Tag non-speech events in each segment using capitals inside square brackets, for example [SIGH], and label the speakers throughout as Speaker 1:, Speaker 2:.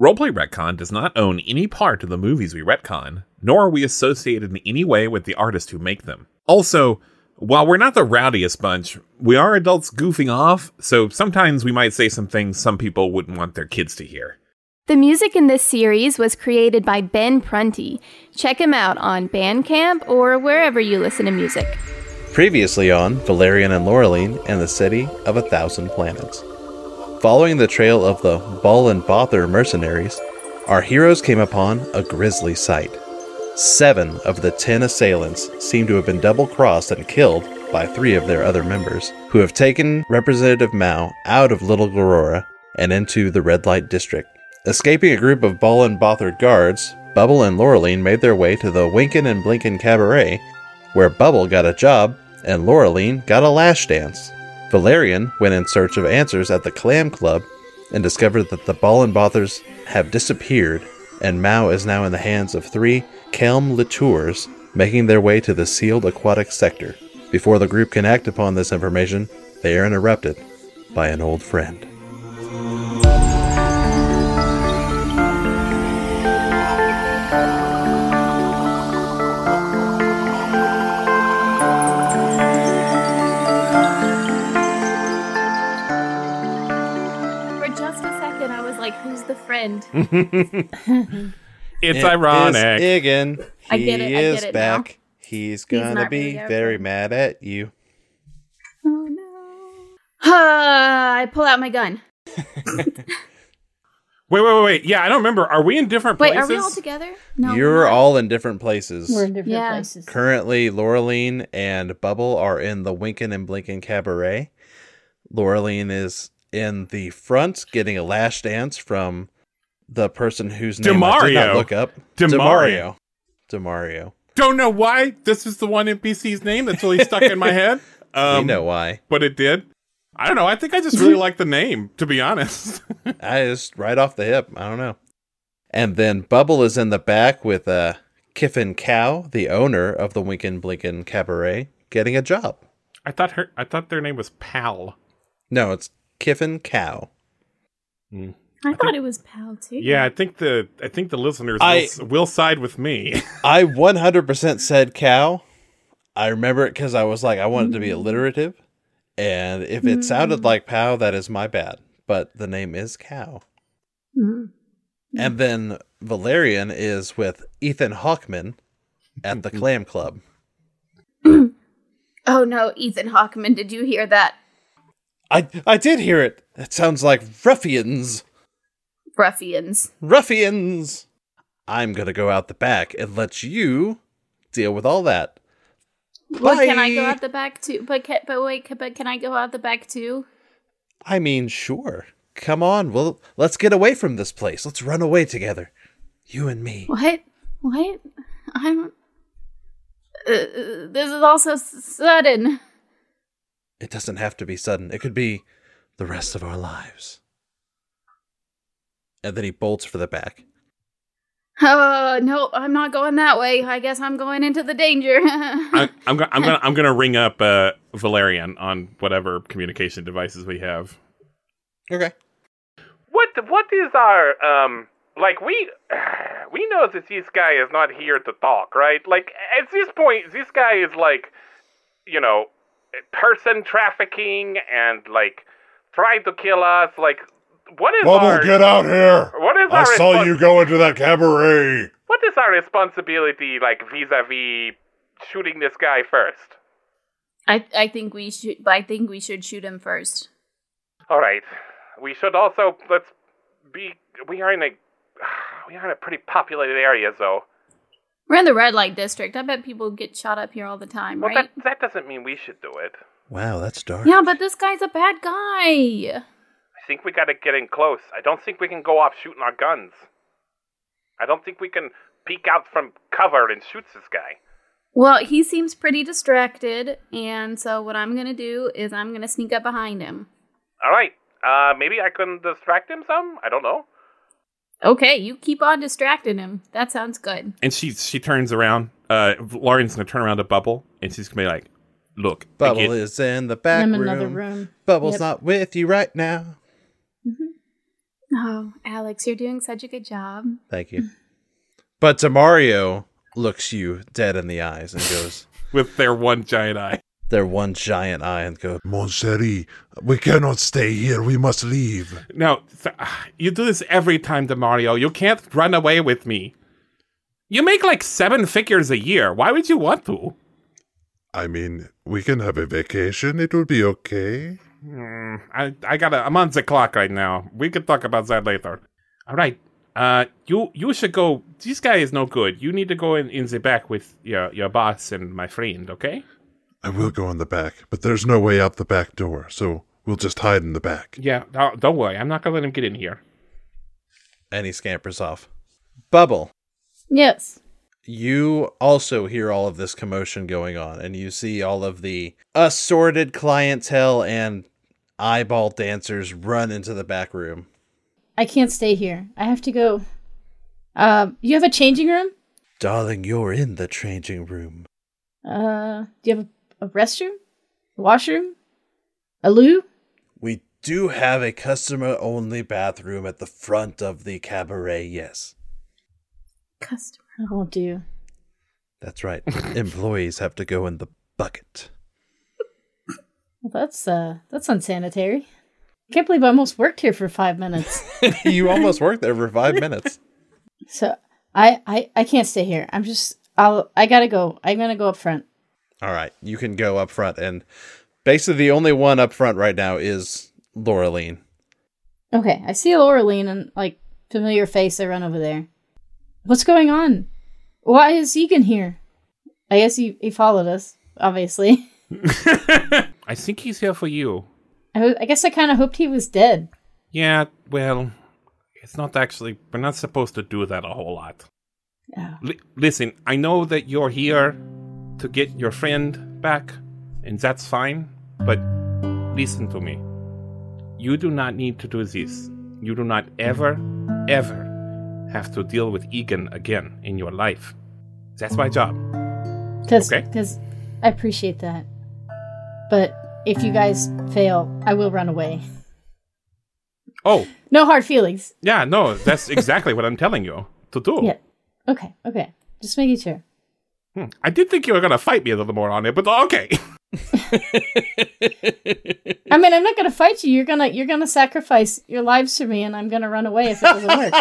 Speaker 1: Roleplay Retcon does not own any part of the movies we retcon, nor are we associated in any way with the artists who make them. Also, while we're not the rowdiest bunch, we are adults goofing off, so sometimes we might say some things some people wouldn't want their kids to hear.
Speaker 2: The music in this series was created by Ben Prunty. Check him out on Bandcamp or wherever you listen to music.
Speaker 3: Previously on Valerian and Laureline and the City of a Thousand Planets. Following the trail of the Ball and Bother mercenaries, our heroes came upon a grisly sight. Seven of the ten assailants seem to have been double crossed and killed by three of their other members, who have taken Representative Mao out of Little Gorora and into the Red Light District. Escaping a group of Ball and Bother guards, Bubble and Laureline made their way to the Winkin' and Blinkin' Cabaret, where Bubble got a job and Laureline got a lash dance. Valerian went in search of answers at the Clam Club and discovered that the Ballenbothers have disappeared, and Mao is now in the hands of three Kelm Latours making their way to the sealed aquatic sector. Before the group can act upon this information, they are interrupted by an old friend.
Speaker 2: For just a second, I was like, who's the [LAUGHS] friend?
Speaker 1: It's
Speaker 3: It is
Speaker 1: ironic.
Speaker 3: Igan. He
Speaker 2: I get it, I
Speaker 3: is
Speaker 2: get it now.
Speaker 3: back. He's
Speaker 2: He's
Speaker 3: gonna
Speaker 2: not
Speaker 3: be
Speaker 2: really our
Speaker 3: very
Speaker 2: friend.
Speaker 3: mad at you.
Speaker 2: Oh no. Ah, I pull out my gun.
Speaker 1: wait, wait, wait, wait. Yeah, I don't remember. Are we in different
Speaker 2: Wait,
Speaker 1: places?
Speaker 2: are we all together?
Speaker 3: You're all in different places.
Speaker 4: We're in different
Speaker 2: Yeah.
Speaker 4: places.
Speaker 3: Currently, Laureline and Bubble are in the Winkin' and Blinkin' Cabaret. Laureline is in the front getting a lash dance from the person whose name I did
Speaker 1: Demario.
Speaker 3: not look up.
Speaker 1: Demario.
Speaker 3: Demario.
Speaker 1: Don't know why this is the one NPC's name that's really stuck in [LAUGHS] my head.
Speaker 3: You
Speaker 1: Um,
Speaker 3: know why.
Speaker 1: but it did. I don't know. I think I just [LAUGHS] really like the name, to be honest.
Speaker 3: I just right off the hip. I don't know. And then Bubble is in the back with uh, Kiffin Cow, the owner of the Winkin' Blinkin' Cabaret, getting a job.
Speaker 1: I thought her. I thought their name was Pal.
Speaker 3: No, it's Kiffin Cow.
Speaker 2: I thought it was Pal too.
Speaker 1: Yeah, I think the I think the listeners
Speaker 3: I-
Speaker 1: will, s- will side with
Speaker 5: [LAUGHS]
Speaker 1: me.
Speaker 3: I 100% said cow. I remember it because I was like, I wanted
Speaker 2: Mm.
Speaker 3: to be alliterative. And if it sounded like pow, that is my bad. But the name is cow.
Speaker 2: Mm.
Speaker 3: And then Valerian is with Ethan Hawkman at
Speaker 2: Mm-hmm.
Speaker 3: the Clam Club.
Speaker 2: Oh no, Ethan Hawkman, did you hear that?
Speaker 3: I, I did hear it. That sounds like ruffians.
Speaker 2: Ruffians.
Speaker 3: Ruffians! I'm going to go out the back and let you deal with all that.
Speaker 2: Well, can I go
Speaker 3: Bye.
Speaker 2: out the back too? But can, but wait, ca- but can I go out the back too?
Speaker 3: I mean, sure. Come on, well, let's get away from this place. Let's run away together. You and me.
Speaker 2: What? What? I'm. Uh, uh, this is also s- sudden.
Speaker 3: It doesn't have to be sudden, it could be the rest of our lives. And then he bolts for the back.
Speaker 2: Oh no, I'm not going that way. I guess I'm going into the danger. [LAUGHS]
Speaker 1: I, I'm go- I'm gonna I'm gonna ring up uh, Valerian on whatever communication devices we have.
Speaker 3: Okay.
Speaker 6: What what is our um like we we know that this guy is not here to talk, right? Like at this point, this guy is like, you know, person trafficking and like trying to kill us. Like, what is
Speaker 5: Bubble,
Speaker 6: our
Speaker 5: get out here!
Speaker 6: what is
Speaker 5: I
Speaker 6: our
Speaker 5: saw
Speaker 6: respons-
Speaker 5: you go into that cabaret.
Speaker 6: what is our responsibility like vis-a-vis shooting this guy first?
Speaker 2: I I think we should. I think we should shoot him first.
Speaker 6: All right. We should also let's be. We are in a [SIGHS] we are in a pretty populated area, though.
Speaker 2: We're in the red light district. I bet people get shot up here all the time,
Speaker 6: Well,
Speaker 2: right?
Speaker 6: that that doesn't mean we should do it.
Speaker 3: Wow, that's dark.
Speaker 2: Yeah, but this guy's a bad guy.
Speaker 6: I think we gotta get in close. I don't think we can go off shooting our guns. I don't think we can peek out from cover and shoot this guy.
Speaker 2: Well, he seems pretty distracted, and so what I'm gonna do is I'm gonna sneak up behind him.
Speaker 6: All right. Uh, maybe I can distract him some. I don't know.
Speaker 2: Okay, you keep on distracting him. That sounds good.
Speaker 1: And she she turns around. Uh, Lauren's gonna turn around to Bubble, and she's gonna be like, "Look, I
Speaker 3: Bubble
Speaker 1: get-
Speaker 3: is in the back
Speaker 4: I'm in
Speaker 3: room.
Speaker 4: another room.
Speaker 3: Bubble's
Speaker 4: Yep.
Speaker 3: not with you right now.
Speaker 2: Oh, Alex, you're doing such a good job.
Speaker 3: Thank
Speaker 4: [LAUGHS]
Speaker 3: you. But Demario looks you dead in the eyes and goes,
Speaker 1: [LAUGHS] with their one giant eye."
Speaker 3: their one giant eye and goes,
Speaker 5: Moncheri, we cannot stay here. We must leave.
Speaker 1: No, th- ah, you do this every time, Demario. You can't run away with me. You make like seven figures a year. Why would you want to?
Speaker 5: I mean, we can have a vacation. It will be okay.
Speaker 1: I I got a, I'm on the clock right now. We could talk about that later. All right. Uh, you you should go. This guy is no good. You need to go in, in the back with your your boss and my friend. Okay?
Speaker 5: I will go in the back, but there's no way out the back door, so we'll just hide in the back.
Speaker 1: Yeah. no, don't worry. I'm not gonna let him get in here.
Speaker 3: and he scampers off. Bubble,
Speaker 4: Yes.
Speaker 3: you also hear all of this commotion going on, and you see all of the assorted clientele and eyeball dancers run into the back room.
Speaker 4: I can't stay here. I have to go. Uh, you have a changing room?
Speaker 3: Darling, you're in the changing room.
Speaker 4: Uh, do you have a, a restroom? A washroom? A loo?
Speaker 3: We do have a customer only bathroom at the front of the cabaret, yes.
Speaker 2: Customer.
Speaker 4: I won't do.
Speaker 3: That's right. [LAUGHS] Employees have to go in the bucket.
Speaker 4: Well, that's uh, that's unsanitary. I can't believe I almost worked here for five minutes.
Speaker 3: [LAUGHS]
Speaker 4: [LAUGHS]
Speaker 3: you almost worked there for five [LAUGHS] minutes.
Speaker 4: so I, I, I can't stay here. I'm just, I'll, I gotta go. I'm gonna go up front.
Speaker 3: All right, you can go up front, and basically the only one up front right now is Laureline.
Speaker 4: Okay, I see Laureline and like familiar face. I run over there. What's going on? Why is Egan here? I guess he, he followed us, obviously. [LAUGHS]
Speaker 1: I think he's here for you.
Speaker 4: I, wa- I guess I kind of hoped he was dead.
Speaker 1: Yeah. Well, it's not actually. We're not supposed to do that a whole lot.
Speaker 4: Oh,
Speaker 1: L- listen, I know that you're here to get your friend back, and that's fine, but listen to me. You do not need to do this. You do not ever, ever have to deal with Egan again in your life. That's my job.
Speaker 4: cause,
Speaker 1: Okay.
Speaker 4: 'cause I appreciate that. But if you guys fail, I will run away. [LAUGHS]
Speaker 1: Oh,
Speaker 4: No hard feelings.
Speaker 1: yeah, no, that's exactly what I'm telling you to do.
Speaker 4: Yeah. Okay. Okay. Just making sure.
Speaker 1: Hmm, I did think you were going to fight me a little more on it, but okay. [LAUGHS]
Speaker 4: I mean, I'm not gonna fight you. You're gonna you're gonna sacrifice your lives for me, and I'm gonna run away if it doesn't work.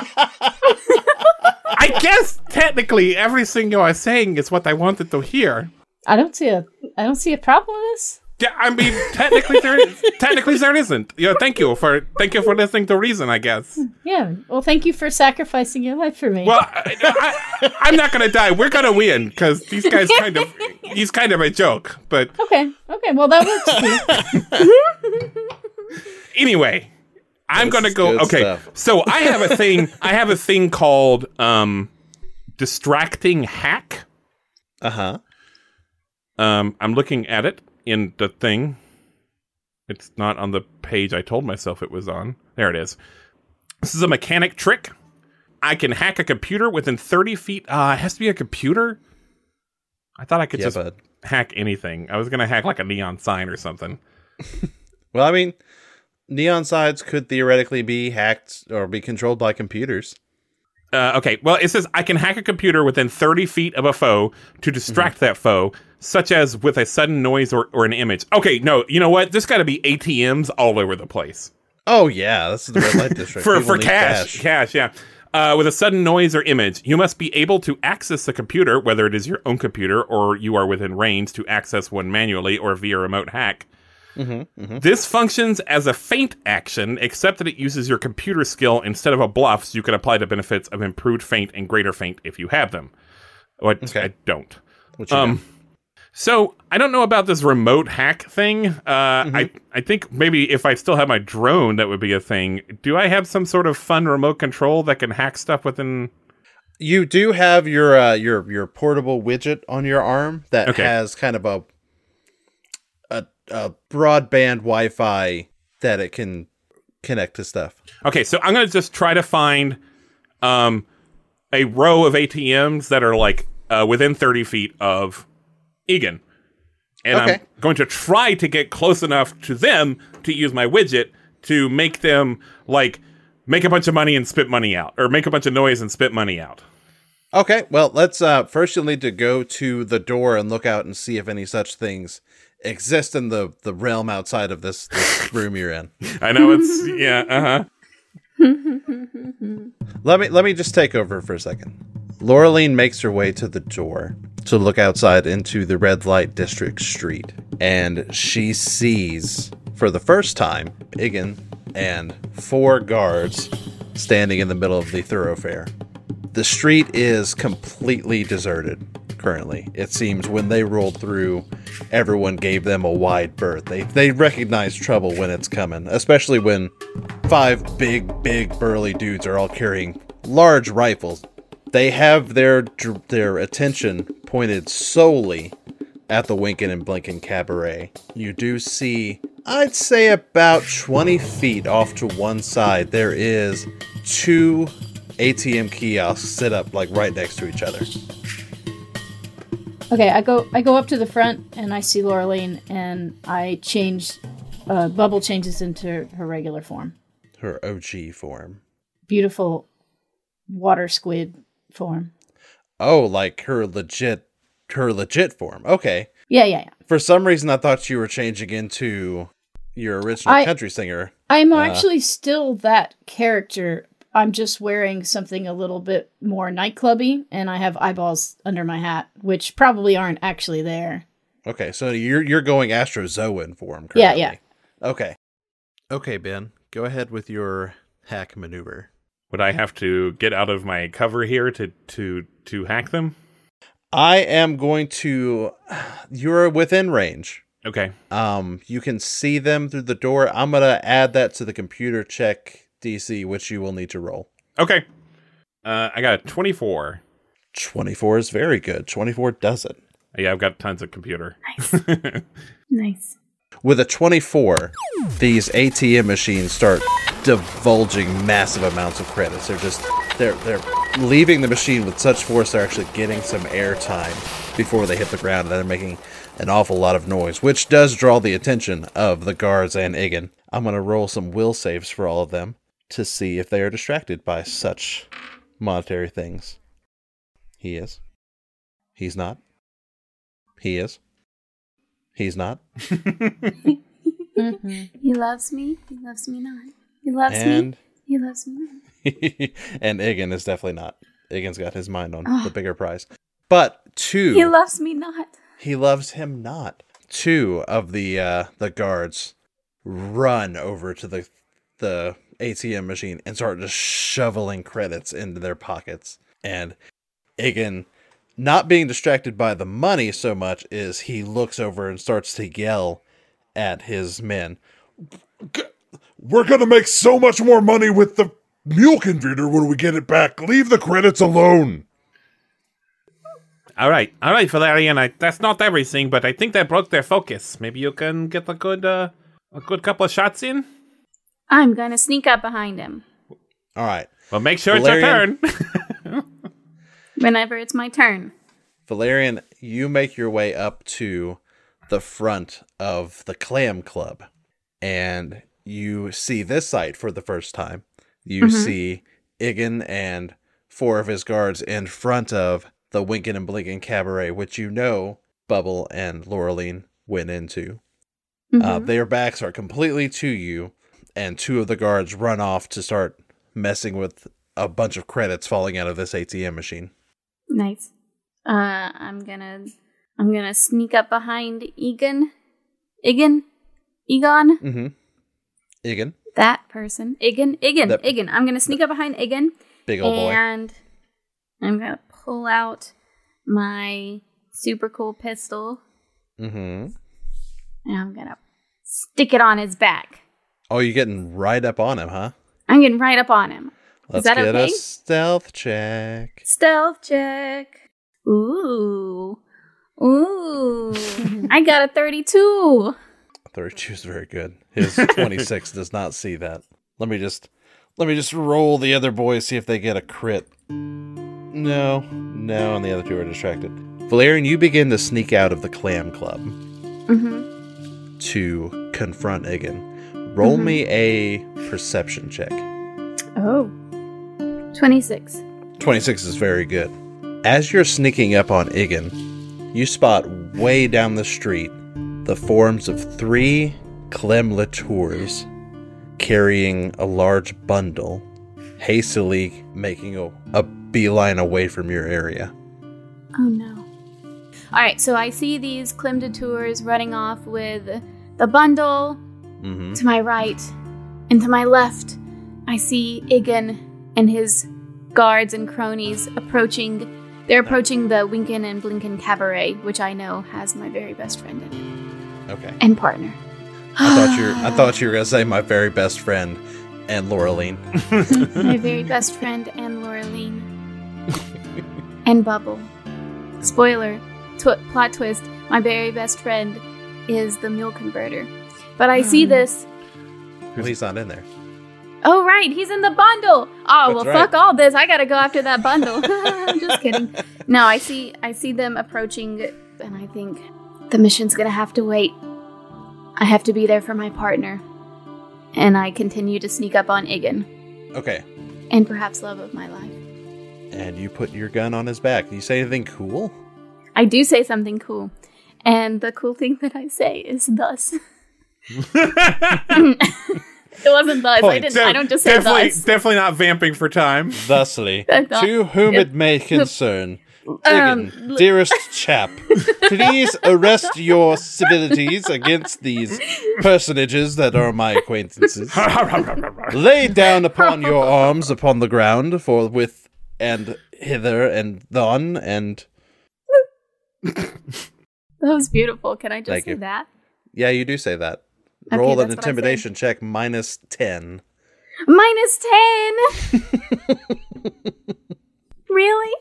Speaker 1: I guess technically everything you are saying is what I wanted to hear.
Speaker 4: I don't see a I don't see a problem with this.
Speaker 1: Yeah, I mean, technically there, technically there isn't. Yeah, thank you for thank you for listening to reason. I guess.
Speaker 4: Yeah. Well, thank you for sacrificing your life for me.
Speaker 1: Well, I, I, I'm not gonna die. We're gonna win because these guys kind of he's kind of a joke. But
Speaker 4: okay. Okay. Well, that works.
Speaker 1: anyway, I'm
Speaker 3: This
Speaker 1: gonna
Speaker 3: is
Speaker 1: go.
Speaker 3: good
Speaker 1: Okay,
Speaker 3: stuff.
Speaker 1: so I have a thing. I have a thing called um, distracting hack.
Speaker 3: Uh huh.
Speaker 1: Um, I'm looking at it in the thing. It's not on the page I told myself it was on. There it is. This is a mechanic trick. I can hack a computer within 30 feet. Uh, it has to be a computer. I thought I could
Speaker 3: Yeah,
Speaker 1: just
Speaker 3: bud.
Speaker 1: hack anything. I was gonna hack like a neon sign or something.
Speaker 3: Well, I mean, neon sides could theoretically be hacked or be controlled by computers.
Speaker 1: Uh, okay, well, it says I can hack a computer within 30 feet of a foe to distract
Speaker 3: Mm-hmm.
Speaker 1: that foe, such as with a sudden noise or, or an image. Okay, no, you know what? There's got to be ATMs all over the place.
Speaker 3: Oh yeah, this is the
Speaker 1: [LAUGHS]
Speaker 3: red light district
Speaker 1: for
Speaker 3: People
Speaker 1: for
Speaker 3: need
Speaker 1: cash, cash, yeah. Uh, with a sudden noise or image, you must be able to access the computer, whether it is your own computer or you are within range to access one manually or via remote hack. This functions as a feint action, except that it uses your computer skill instead of a bluff, so you can apply the benefits of improved feint and greater feint if you have them. What I don't.
Speaker 3: Which you know.
Speaker 1: So I don't know about this remote hack thing. Uh, I I think maybe if I still have my drone, that would be a thing. Do I have some sort of fun remote control that can hack stuff within?
Speaker 3: You do have your uh, your your portable widget on your arm that
Speaker 1: Okay.
Speaker 3: has kind of a, a a broadband Wi-Fi that it can connect to stuff.
Speaker 1: Okay, so I'm gonna just try to find um a row of ATMs that are like uh, within 30 feet of Egan, and
Speaker 3: Okay.
Speaker 1: I'm going to try to get close enough to them to use my widget to make them like make a bunch of money and spit money out, or make a bunch of noise and spit money out.
Speaker 3: Okay, well, let's uh first you'll need to go to the door and look out and see if any such things exist in the the realm outside of
Speaker 1: [LAUGHS]
Speaker 3: this, this room you're in.
Speaker 1: I know it's
Speaker 2: [LAUGHS]
Speaker 1: yeah, uh huh.
Speaker 3: Let me let me just take over for a second. Laureline makes her way to the door to look outside into the red light district street, and she sees for the first time Igan and four guards standing in the middle of the thoroughfare. The street is completely deserted currently. It seems when they rolled through, everyone gave them a wide berth. They they recognize trouble when it's coming, especially when five big, big, burly dudes are all carrying large rifles. They have their dr- their attention pointed solely at the Winkin' and Blinkin' Cabaret. You do see, I'd say, about 20 feet off to one side, there is two ATM kiosks set up like right next to each other.
Speaker 4: [LAUGHS] Okay, I go I go up to the front and I see Laureline and I change uh, bubble changes into her regular form.
Speaker 3: Her OG form.
Speaker 4: Beautiful water squid form.
Speaker 3: Oh, like her legit, her legit form. Okay.
Speaker 4: Yeah, yeah, yeah.
Speaker 3: For some reason, I thought you were changing into your original
Speaker 4: I-
Speaker 3: country singer.
Speaker 4: I'm actually still that character. I'm just wearing something a little bit more nightclubby and I have eyeballs under my hat, which probably aren't actually there.
Speaker 3: Okay, so you're you're going astrozoan form. Currently.
Speaker 4: Yeah, yeah.
Speaker 3: Okay. Okay, Ben, go ahead with your hack maneuver.
Speaker 1: Would I have to get out of my cover here to to to hack them?
Speaker 3: I am going to. [SIGHS] You're within range.
Speaker 1: Okay,
Speaker 3: Um, you can see them through the door. I'm gonna add that to the computer check DC, which you will need to roll.
Speaker 1: okay. Uh, I got a 24.
Speaker 3: Twenty four is very good. Twenty four does it.
Speaker 1: Yeah, I've got tons of computer.
Speaker 2: Nice.
Speaker 3: With a 24, these ATM machines start divulging massive amounts of credits. They're just they're they're leaving the machine with such force they're actually getting some air time before they hit the ground and they're making an awful lot of noise, which does draw the attention of the guards and Igan. I'm gonna roll some will saves for all of them to see if they are distracted by such monetary things. He is. He's not. He is. He's not.
Speaker 2: He loves me. He loves me not. He loves me.
Speaker 3: and
Speaker 2: He loves me not.
Speaker 3: [LAUGHS] and Igan is definitely not. Igan's got his mind on the bigger prize. But two,
Speaker 2: He loves me not.
Speaker 3: he loves him not. Two of the uh, the guards run over to the the ATM machine and start just shoveling credits into their pockets. And Igan, not being distracted by the money so much, is he looks over and starts to yell at his men.
Speaker 5: We're gonna make so much more money with the mule converter when we get it back. Leave the credits alone.
Speaker 1: [LAUGHS] All right, all right, Valerian. I, that's not everything, but I think that broke their focus. Maybe you can get a good, uh, a good couple of shots in.
Speaker 2: I'm gonna sneak up behind him.
Speaker 3: All right,
Speaker 1: Well, make sure
Speaker 3: Valerian.
Speaker 1: it's your turn.
Speaker 2: Whenever it's my turn.
Speaker 3: Valerian, you make your way up to the front of the Clam Club and you see this site for the first time. You see Igan and four of his guards in front of the Winkin' and Blinkin' Cabaret, which you know Bubble and Laureline went into.
Speaker 2: Mm-hmm.
Speaker 3: Uh, their backs are completely to you, and two of the guards run off to start messing with a bunch of credits falling out of this ATM machine.
Speaker 2: Nice. Uh, I'm gonna, I'm gonna sneak up behind Egan, Egan, Egon,
Speaker 3: Mm-hmm. Igan,
Speaker 2: that person, Egan, Egan,
Speaker 3: That-
Speaker 2: Egan. I'm gonna sneak up behind Egan,
Speaker 3: big old boy.
Speaker 2: and I'm gonna pull out my super cool pistol,
Speaker 3: Mm-hmm.
Speaker 2: and I'm gonna stick it on his back.
Speaker 3: Oh, you're getting right up on him, huh?
Speaker 2: I'm getting right up on him.
Speaker 3: Let's
Speaker 2: that
Speaker 3: get a
Speaker 2: okay?
Speaker 3: stealth check.
Speaker 2: Stealth check. Ooh. Ooh. I got a 32.
Speaker 3: 32 is very good.
Speaker 2: [LAUGHS]
Speaker 3: His 26 does not see that. Let me just let me just roll the other boys see if they get a crit. No, no, and the other two are distracted. Valerian, you begin to sneak out of the clam club
Speaker 2: Mm-hmm.
Speaker 3: to confront Igan. Roll
Speaker 2: Mm-hmm.
Speaker 3: me a perception check.
Speaker 4: Oh.
Speaker 2: 26.
Speaker 3: 26 is very good. As you're sneaking up on Igan, you spot way down the street the forms of three Clemlatours carrying a large bundle, hastily making a, a beeline away from your area.
Speaker 2: Oh no. All right, so I see these Clem Detours running off with the bundle
Speaker 3: Mm-hmm.
Speaker 2: to my right and to my left. I see Igan and his guards and cronies approaching. They're approaching the Winkin and Blinkin Cabaret, which I know has my very best friend in it
Speaker 3: Okay.
Speaker 2: and partner.
Speaker 3: I thought you were, I thought you were gonna say my very best friend and Laureline. [LAUGHS]
Speaker 2: my very best friend and Laureline and Bubble. Spoiler, tw- plot twist: my very best friend is the mule converter. But I see this.
Speaker 3: Well, he's not in there.
Speaker 2: Oh right, he's in the bundle. Oh well,
Speaker 3: That's right.
Speaker 2: fuck all this. I gotta go after that bundle. [LAUGHS] I'm just kidding. No, I see. I see them approaching, and I think the mission's gonna have to wait. I have to be there for my partner, and I continue to sneak up on Igan
Speaker 3: Okay.
Speaker 2: and perhaps love of my life.
Speaker 3: And you put your gun on his back. Do you say anything cool?
Speaker 2: I do say something cool. And the cool thing that I say is thus. [LAUGHS] it wasn't thus. I
Speaker 3: Point.
Speaker 2: didn't [LAUGHS] I don't just say
Speaker 1: definitely,
Speaker 2: thus.
Speaker 1: definitely not vamping for time.
Speaker 2: [LAUGHS]
Speaker 3: Thusly,
Speaker 2: That's all.
Speaker 3: to whom
Speaker 2: Yeah.
Speaker 3: it may concern,
Speaker 2: [LAUGHS] Um, [LAUGHS]
Speaker 3: Igan, dearest chap, please arrest your civilities against these personages that are my acquaintances. Lay down upon your arms upon the ground, for with and hither and thon and
Speaker 2: That was beautiful. Can I just
Speaker 3: Thank
Speaker 2: say
Speaker 3: you.
Speaker 2: that?
Speaker 3: yeah, you do say that.
Speaker 2: Okay,
Speaker 3: Roll
Speaker 2: that's what I
Speaker 3: an
Speaker 2: said.
Speaker 3: intimidation check minus ten.
Speaker 2: Minus ten.
Speaker 3: [LAUGHS]
Speaker 2: really?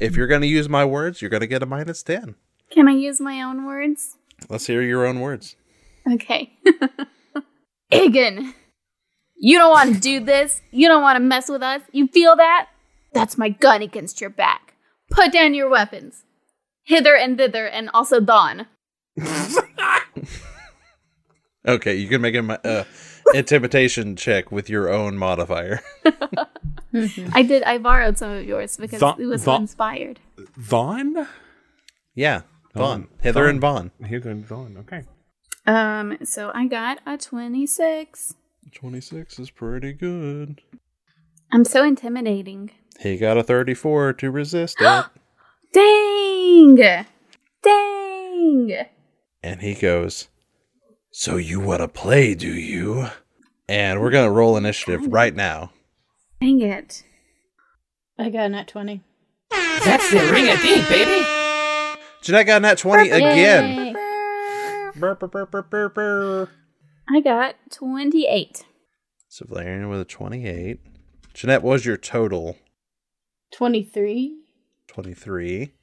Speaker 3: if you're gonna use my words, you're gonna get a minus ten.
Speaker 2: Can I use my own words?
Speaker 3: Let's hear your own words.
Speaker 2: Okay. [LAUGHS] Igan, you don't want to do this. You don't want to mess with us. You feel that? That's my gun against your back. Put down your weapons. Hither and thither, and also Dawn.
Speaker 3: Okay, you can make an uh, [LAUGHS] intimidation check with your own modifier. [LAUGHS]
Speaker 2: I did. I borrowed some of yours because
Speaker 1: Thon-
Speaker 2: it was
Speaker 1: Thon-
Speaker 2: inspired.
Speaker 1: Vaughn?
Speaker 3: Yeah, Vaughn, hither and Vaughn.
Speaker 1: Here's a Vaughn. Okay.
Speaker 2: Um. So I got a twenty-six.
Speaker 3: Twenty six is pretty good.
Speaker 2: I'm so intimidating.
Speaker 3: He got a thirty four to resist [GASPS] it,
Speaker 2: Dang! Dang!
Speaker 3: and he goes. So you want to play, do you? And we're gonna roll initiative right now.
Speaker 2: Dang it!
Speaker 4: I got a net 20.
Speaker 7: That's the ring a ding, baby.
Speaker 3: Jeanette got that twenty again.
Speaker 4: Yay.
Speaker 1: Burr, burr, burr, burr, burr, burr.
Speaker 2: I got twenty-eight.
Speaker 3: So Valerian with a twenty eight. Jeanette, what was your total?
Speaker 4: 23.
Speaker 3: Twenty three.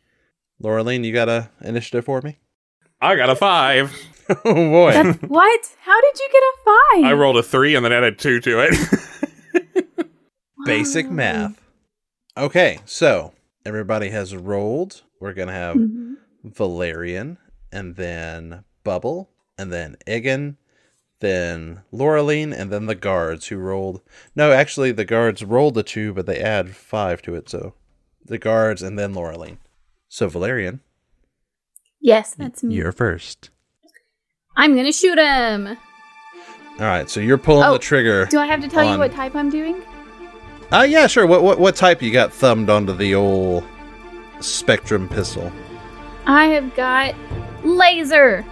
Speaker 3: Laureline, you got a initiative for me? [LAUGHS]
Speaker 1: I got a five.
Speaker 3: oh boy.
Speaker 2: That's,
Speaker 3: [LAUGHS]
Speaker 2: what? How did you get a five?
Speaker 1: I rolled a three and then added two to it. [LAUGHS]
Speaker 3: basic math. Okay, so everybody has rolled. We're gonna have
Speaker 2: Mm-hmm.
Speaker 3: Valerian, and then Bubble, and then Egan, then Laureline, and then the guards who rolled. No, actually, the guards rolled a two, but they add five to it. So the guards, and then Laureline. So Valerian,
Speaker 2: Yes, that's me.
Speaker 3: you're first.
Speaker 2: I'm gonna shoot him.
Speaker 3: All right, so you're pulling
Speaker 2: Oh,
Speaker 3: the trigger.
Speaker 2: Do I have to tell you
Speaker 3: on-
Speaker 2: what type I'm doing?
Speaker 3: Uh, yeah, sure. What what what type you got thumbed onto the old spectrum pistol?
Speaker 2: I have got laser.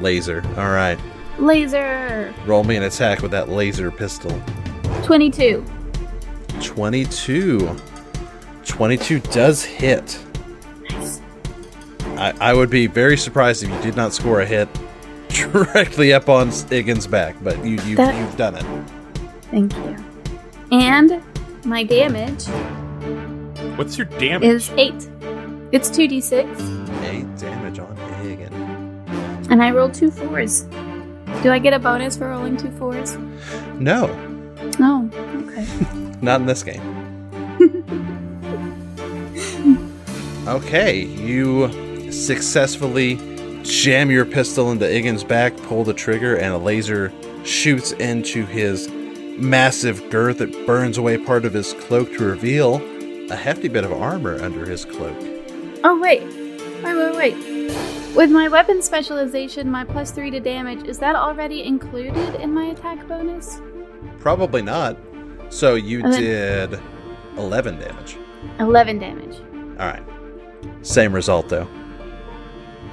Speaker 3: Laser. All right.
Speaker 2: Laser.
Speaker 3: Roll me an attack with that laser pistol.
Speaker 2: Twenty-two.
Speaker 3: 22. 22 does hit. Nice. I, I would be very surprised if you did not score a hit [LAUGHS] directly up on Stiggin's back, but you, you,
Speaker 2: That-
Speaker 3: you've done it.
Speaker 2: Thank you. And My damage
Speaker 1: What's your damage?
Speaker 2: is eight. It's 2d6,
Speaker 3: Eight damage on Higgin.
Speaker 2: and I rolled two fours. Do I get a bonus for rolling two fours?
Speaker 3: No,
Speaker 2: No. Okay.
Speaker 3: not in
Speaker 2: [LAUGHS]
Speaker 3: this game. okay, you successfully jam your pistol into Iggin's back, pull the trigger, and a laser shoots into his massive girth. It burns away part of his cloak to reveal a hefty bit of armor under his cloak.
Speaker 2: Oh, wait. Wait, wait, wait. With my weapon specialization, my plus three to damage, is that already included in my attack bonus?
Speaker 3: Probably not. So you
Speaker 2: And then-
Speaker 3: did 11 damage.
Speaker 2: 11 damage.
Speaker 3: All right. Same result though.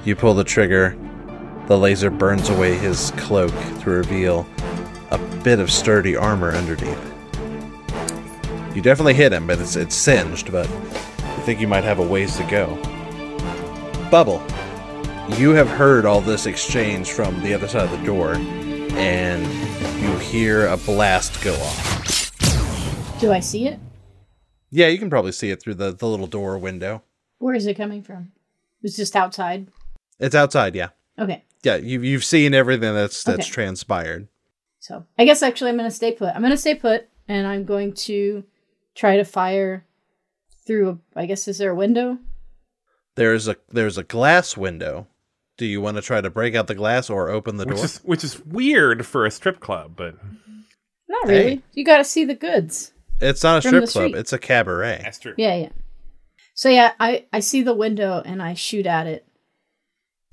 Speaker 3: You pull the trigger, the laser burns away his cloak to reveal a bit of sturdy armor underneath. You definitely hit him, but it's it's singed, but I think you might have a ways to go. Bubble, you have heard all this exchange from the other side of the door, and you hear a blast go off.
Speaker 4: Do I see it?
Speaker 3: Yeah, you can probably see it through the, the little door window.
Speaker 4: Where is it coming from? It's just outside.
Speaker 3: It's outside, yeah.
Speaker 4: Okay.
Speaker 3: yeah, you, you've seen everything that's that's
Speaker 4: Okay.
Speaker 3: transpired.
Speaker 4: So I guess actually I'm gonna stay put. I'm gonna stay put, and I'm going to try to fire through. A, I guess is there a window?
Speaker 3: There's a there's a glass window. Do you want to try to break out the glass or open the
Speaker 1: which
Speaker 3: door?
Speaker 1: is which is weird for a strip club, but
Speaker 4: Not
Speaker 3: Hey.
Speaker 4: really. You got to see the goods.
Speaker 3: It's not a
Speaker 4: from
Speaker 3: strip
Speaker 4: the
Speaker 3: club.
Speaker 4: street.
Speaker 3: It's a cabaret.
Speaker 1: that's true.
Speaker 4: Yeah, yeah. So yeah, I I see the window and I shoot at it.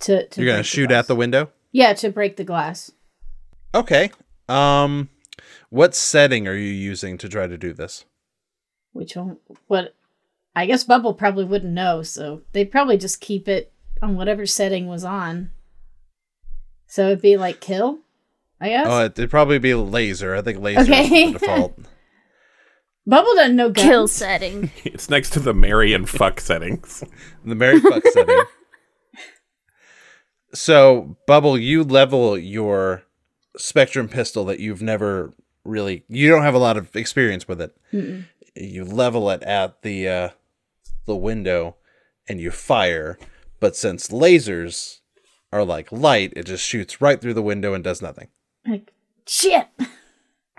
Speaker 4: To, to
Speaker 3: You're gonna
Speaker 4: break
Speaker 3: shoot
Speaker 4: glass.
Speaker 3: at the window.
Speaker 4: yeah to break the glass.
Speaker 3: Okay. Um, what setting are you using to try to do this?
Speaker 4: Which one? What? I guess Bubble probably wouldn't know, so they'd probably just keep it on whatever setting was on. So it'd be like kill, I guess.
Speaker 3: Oh, it, would probably be laser. I think laser
Speaker 4: Okay. [LAUGHS]
Speaker 3: is the default.
Speaker 4: Bubble doesn't know guns.
Speaker 2: Kill setting.
Speaker 1: [LAUGHS] It's next to the marry
Speaker 3: [LAUGHS]
Speaker 1: and fuck settings.
Speaker 3: The Mary Fuck setting. So, Bubble, you level your Spectrum pistol that you've never really, you don't have a lot of experience with it. You level it at the uh, the window, and you fire. But since lasers are like light, it just shoots right through the window and does nothing.
Speaker 4: Like shit. [LAUGHS]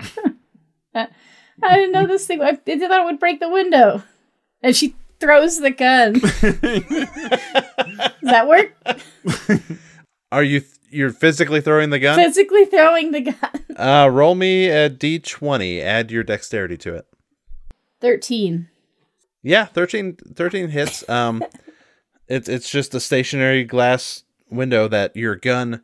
Speaker 4: I didn't know this thing. I I thought it would break the window, and she throws the gun. Does that work?
Speaker 3: Are you th- you're physically throwing the gun?
Speaker 4: Physically throwing the gun. [LAUGHS]
Speaker 3: Uh, roll me a d20. Add your dexterity to it.
Speaker 4: Thirteen.
Speaker 3: Yeah, 13, 13 hits.
Speaker 1: [LAUGHS]
Speaker 3: Um, it's it's just a stationary glass window that your gun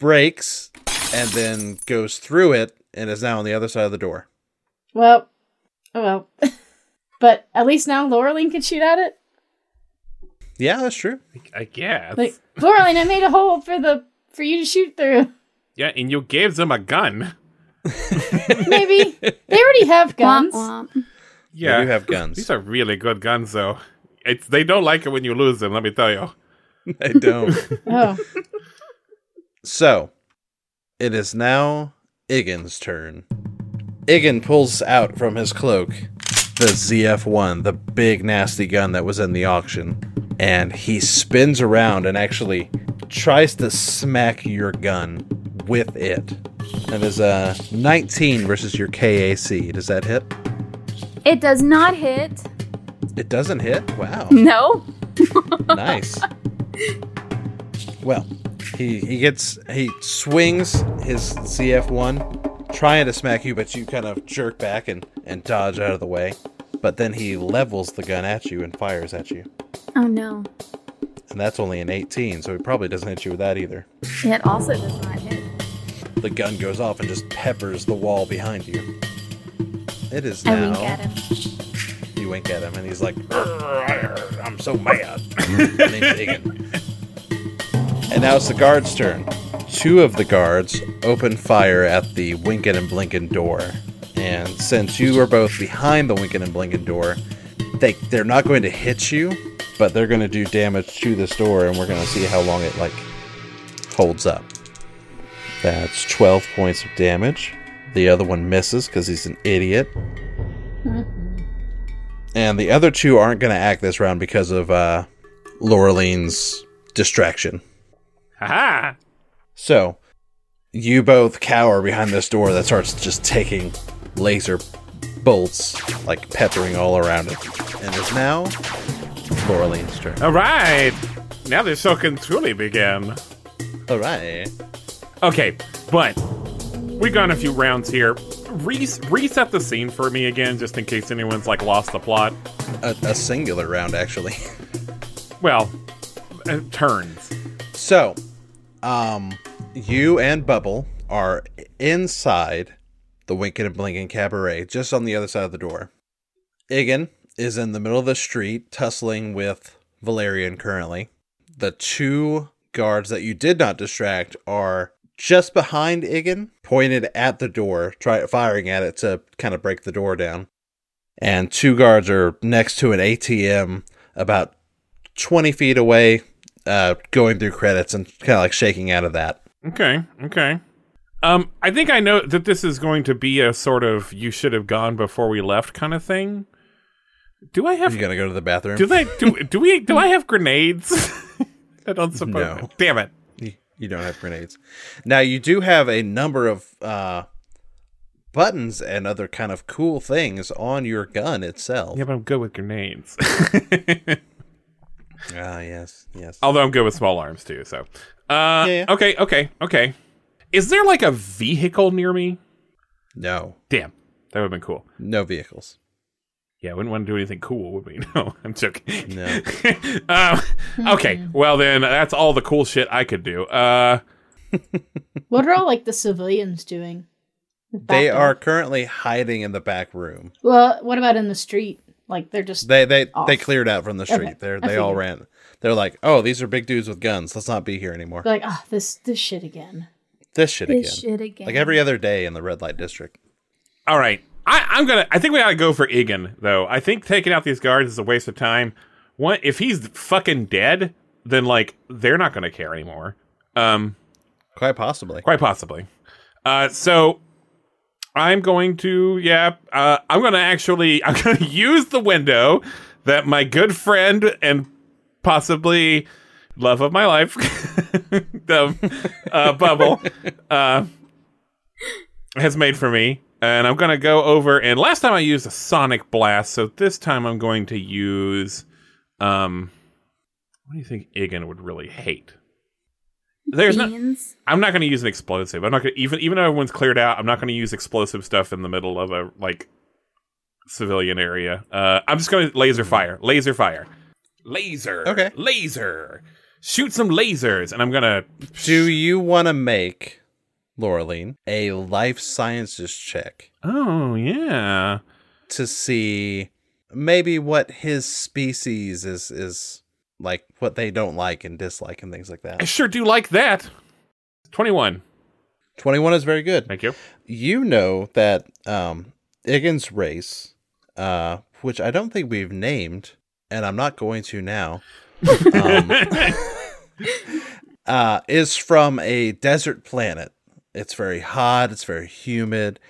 Speaker 3: breaks and then goes through it and is now on the other side of the door.
Speaker 4: Well, oh well. [LAUGHS] but at least now Laureline can shoot at it.
Speaker 3: Yeah, that's true.
Speaker 1: I guess.
Speaker 4: Like
Speaker 1: [LAUGHS]
Speaker 4: Laureline, I made a hole for the for you to shoot through.
Speaker 1: yeah, and you gave them a gun.
Speaker 4: Maybe they already have
Speaker 2: Womp
Speaker 4: [LAUGHS] guns.
Speaker 2: womp.
Speaker 1: [LAUGHS] Yeah,
Speaker 3: do
Speaker 1: [LAUGHS]
Speaker 3: have guns.
Speaker 1: These are really good guns, though. It's they don't like it when you lose them. Let me tell you.
Speaker 3: I don't.
Speaker 1: [LAUGHS]
Speaker 4: Oh,
Speaker 3: so, it is now Iggin's turn. Iggin pulls out from his cloak the ZF1, the big nasty gun that was in the auction, and he spins around and actually tries to smack your gun with it. That is a 19 versus your KAC. Does that hit?
Speaker 2: It does not hit.
Speaker 3: It doesn't hit? Wow.
Speaker 2: No.
Speaker 3: nice. Well, he he gets he swings his CF1, trying to smack you, but you kind of jerk back and and dodge out of the way. But then he levels the gun at you and fires at you,
Speaker 2: Oh no.
Speaker 3: and that's only an 18, so he probably doesn't hit you with that either.
Speaker 2: It also does not hit.
Speaker 3: The gun goes off and just peppers the wall behind you. It is
Speaker 2: I
Speaker 3: now.
Speaker 2: wink at him.
Speaker 3: You wink at him, and he's like, "Arr, "I'm so mad." [LAUGHS] and, he's digging. and now it's the guards' turn. Two of the guards open fire at the Winkin' and Blinkin' door, and since you are both behind the Winkin' and Blinkin' door, they they're not going to hit you, but they're going to do damage to this door, and we're going to see how long it like holds up. That's 12 points of damage. The other one misses because he's an idiot. And the other two aren't going to act this round because of uh, Laureline's distraction.
Speaker 1: Ha
Speaker 3: So, you both cower behind this door that starts just taking laser bolts, like peppering all around it. And it's now Laureline's turn.
Speaker 1: All right. Now the show can truly begin.
Speaker 3: All right.
Speaker 1: Okay, but we've gone a few rounds here. Re- reset the scene for me again, just in case anyone's like lost the plot.
Speaker 3: A, a singular round, actually. [LAUGHS]
Speaker 1: Well, uh, turns.
Speaker 3: So, um, you and Bubble are inside the Winkin' and Blinkin' Cabaret, just on the other side of the door. Igan is in the middle of the street, tussling with Valerian currently. The two guards that you did not distract are just behind Igan, pointed at the door, try firing at it to kind of break the door down. And two guards are next to an ATM about 20 feet away, uh, going through credits and kind of like shaking out of that.
Speaker 1: Okay, okay. Um, I think I know that this is going to be a sort of you should have gone before we left kind of thing. Do I have
Speaker 3: You gotta go to the bathroom.
Speaker 1: do they
Speaker 3: [LAUGHS]
Speaker 1: do do we do I have grenades? [LAUGHS] I don't suppose.
Speaker 3: No.
Speaker 1: Damn it.
Speaker 3: You- You don't have grenades. Now you do have a number of uh, buttons and other kind of cool things on your gun itself.
Speaker 1: Yeah, but I'm good with
Speaker 3: [LAUGHS]
Speaker 1: grenades.
Speaker 3: Ah, yes, yes.
Speaker 1: Although I'm good with small arms too, so. Uh,
Speaker 3: yeah.
Speaker 1: Oh, Okay, okay, okay. Is there like a vehicle near me?
Speaker 3: No,
Speaker 1: Damn, that would have been cool.
Speaker 3: no vehicles.
Speaker 1: Yeah, I wouldn't want to do anything cool, would we? [LAUGHS] No, I'm joking.
Speaker 3: No.
Speaker 1: [LAUGHS] um, okay, well then that's all the cool shit I could do. Uh,
Speaker 4: What are all like the civilians doing?
Speaker 3: They
Speaker 4: Back
Speaker 3: are
Speaker 4: door.
Speaker 3: currently hiding in the back room.
Speaker 4: Well, what about in the street? Like they're just
Speaker 3: They they
Speaker 4: Off.
Speaker 3: they cleared out from the street.
Speaker 4: Okay,
Speaker 3: They're
Speaker 4: I
Speaker 3: they all
Speaker 4: figured.
Speaker 3: ran. They're like, oh, these are big dudes with guns. Let's not be here anymore.
Speaker 4: like, oh, this this shit again.
Speaker 3: This shit again.
Speaker 2: This shit again.
Speaker 3: Like every other day in the red light district.
Speaker 1: all right, I, I'm gonna. I think we ought to go for Egan though. I think taking out these guards is a waste of time. One, if he's fucking dead, then like they're not gonna care anymore. Um,
Speaker 3: Quite possibly.
Speaker 1: Quite possibly. Uh, so I'm going to, yeah, uh, I'm going to actually, [LAUGHS] I'm going to use the window that my good friend and possibly love of my life, [LAUGHS] the uh, bubble, [LAUGHS] uh, has made for me. And I'm going to go over, and last time I used a sonic blast, so this time I'm going to use, um, what do you think Igan would really hate? There's not.
Speaker 2: Beans.
Speaker 1: I'm not going to use an explosive. I'm not going to even even though everyone's cleared out. I'm not going to use explosive stuff in the middle of a like civilian area. Uh, I'm just going to laser fire, laser fire, laser,
Speaker 3: Okay.
Speaker 1: laser, shoot some lasers, and I'm gonna.
Speaker 3: Do you want to make, Laureline, a life sciences check
Speaker 1: Oh yeah,
Speaker 3: to see maybe what his species is is like what they don't like and dislike and things like
Speaker 1: I
Speaker 3: that.
Speaker 1: sure do like that. Twenty one.
Speaker 3: 21 is very good.
Speaker 1: Thank you.
Speaker 3: You know that um Iggins race uh which I don't think we've named and I'm not going to now. um, uh, is from a desert planet. It's very hot, it's very humid.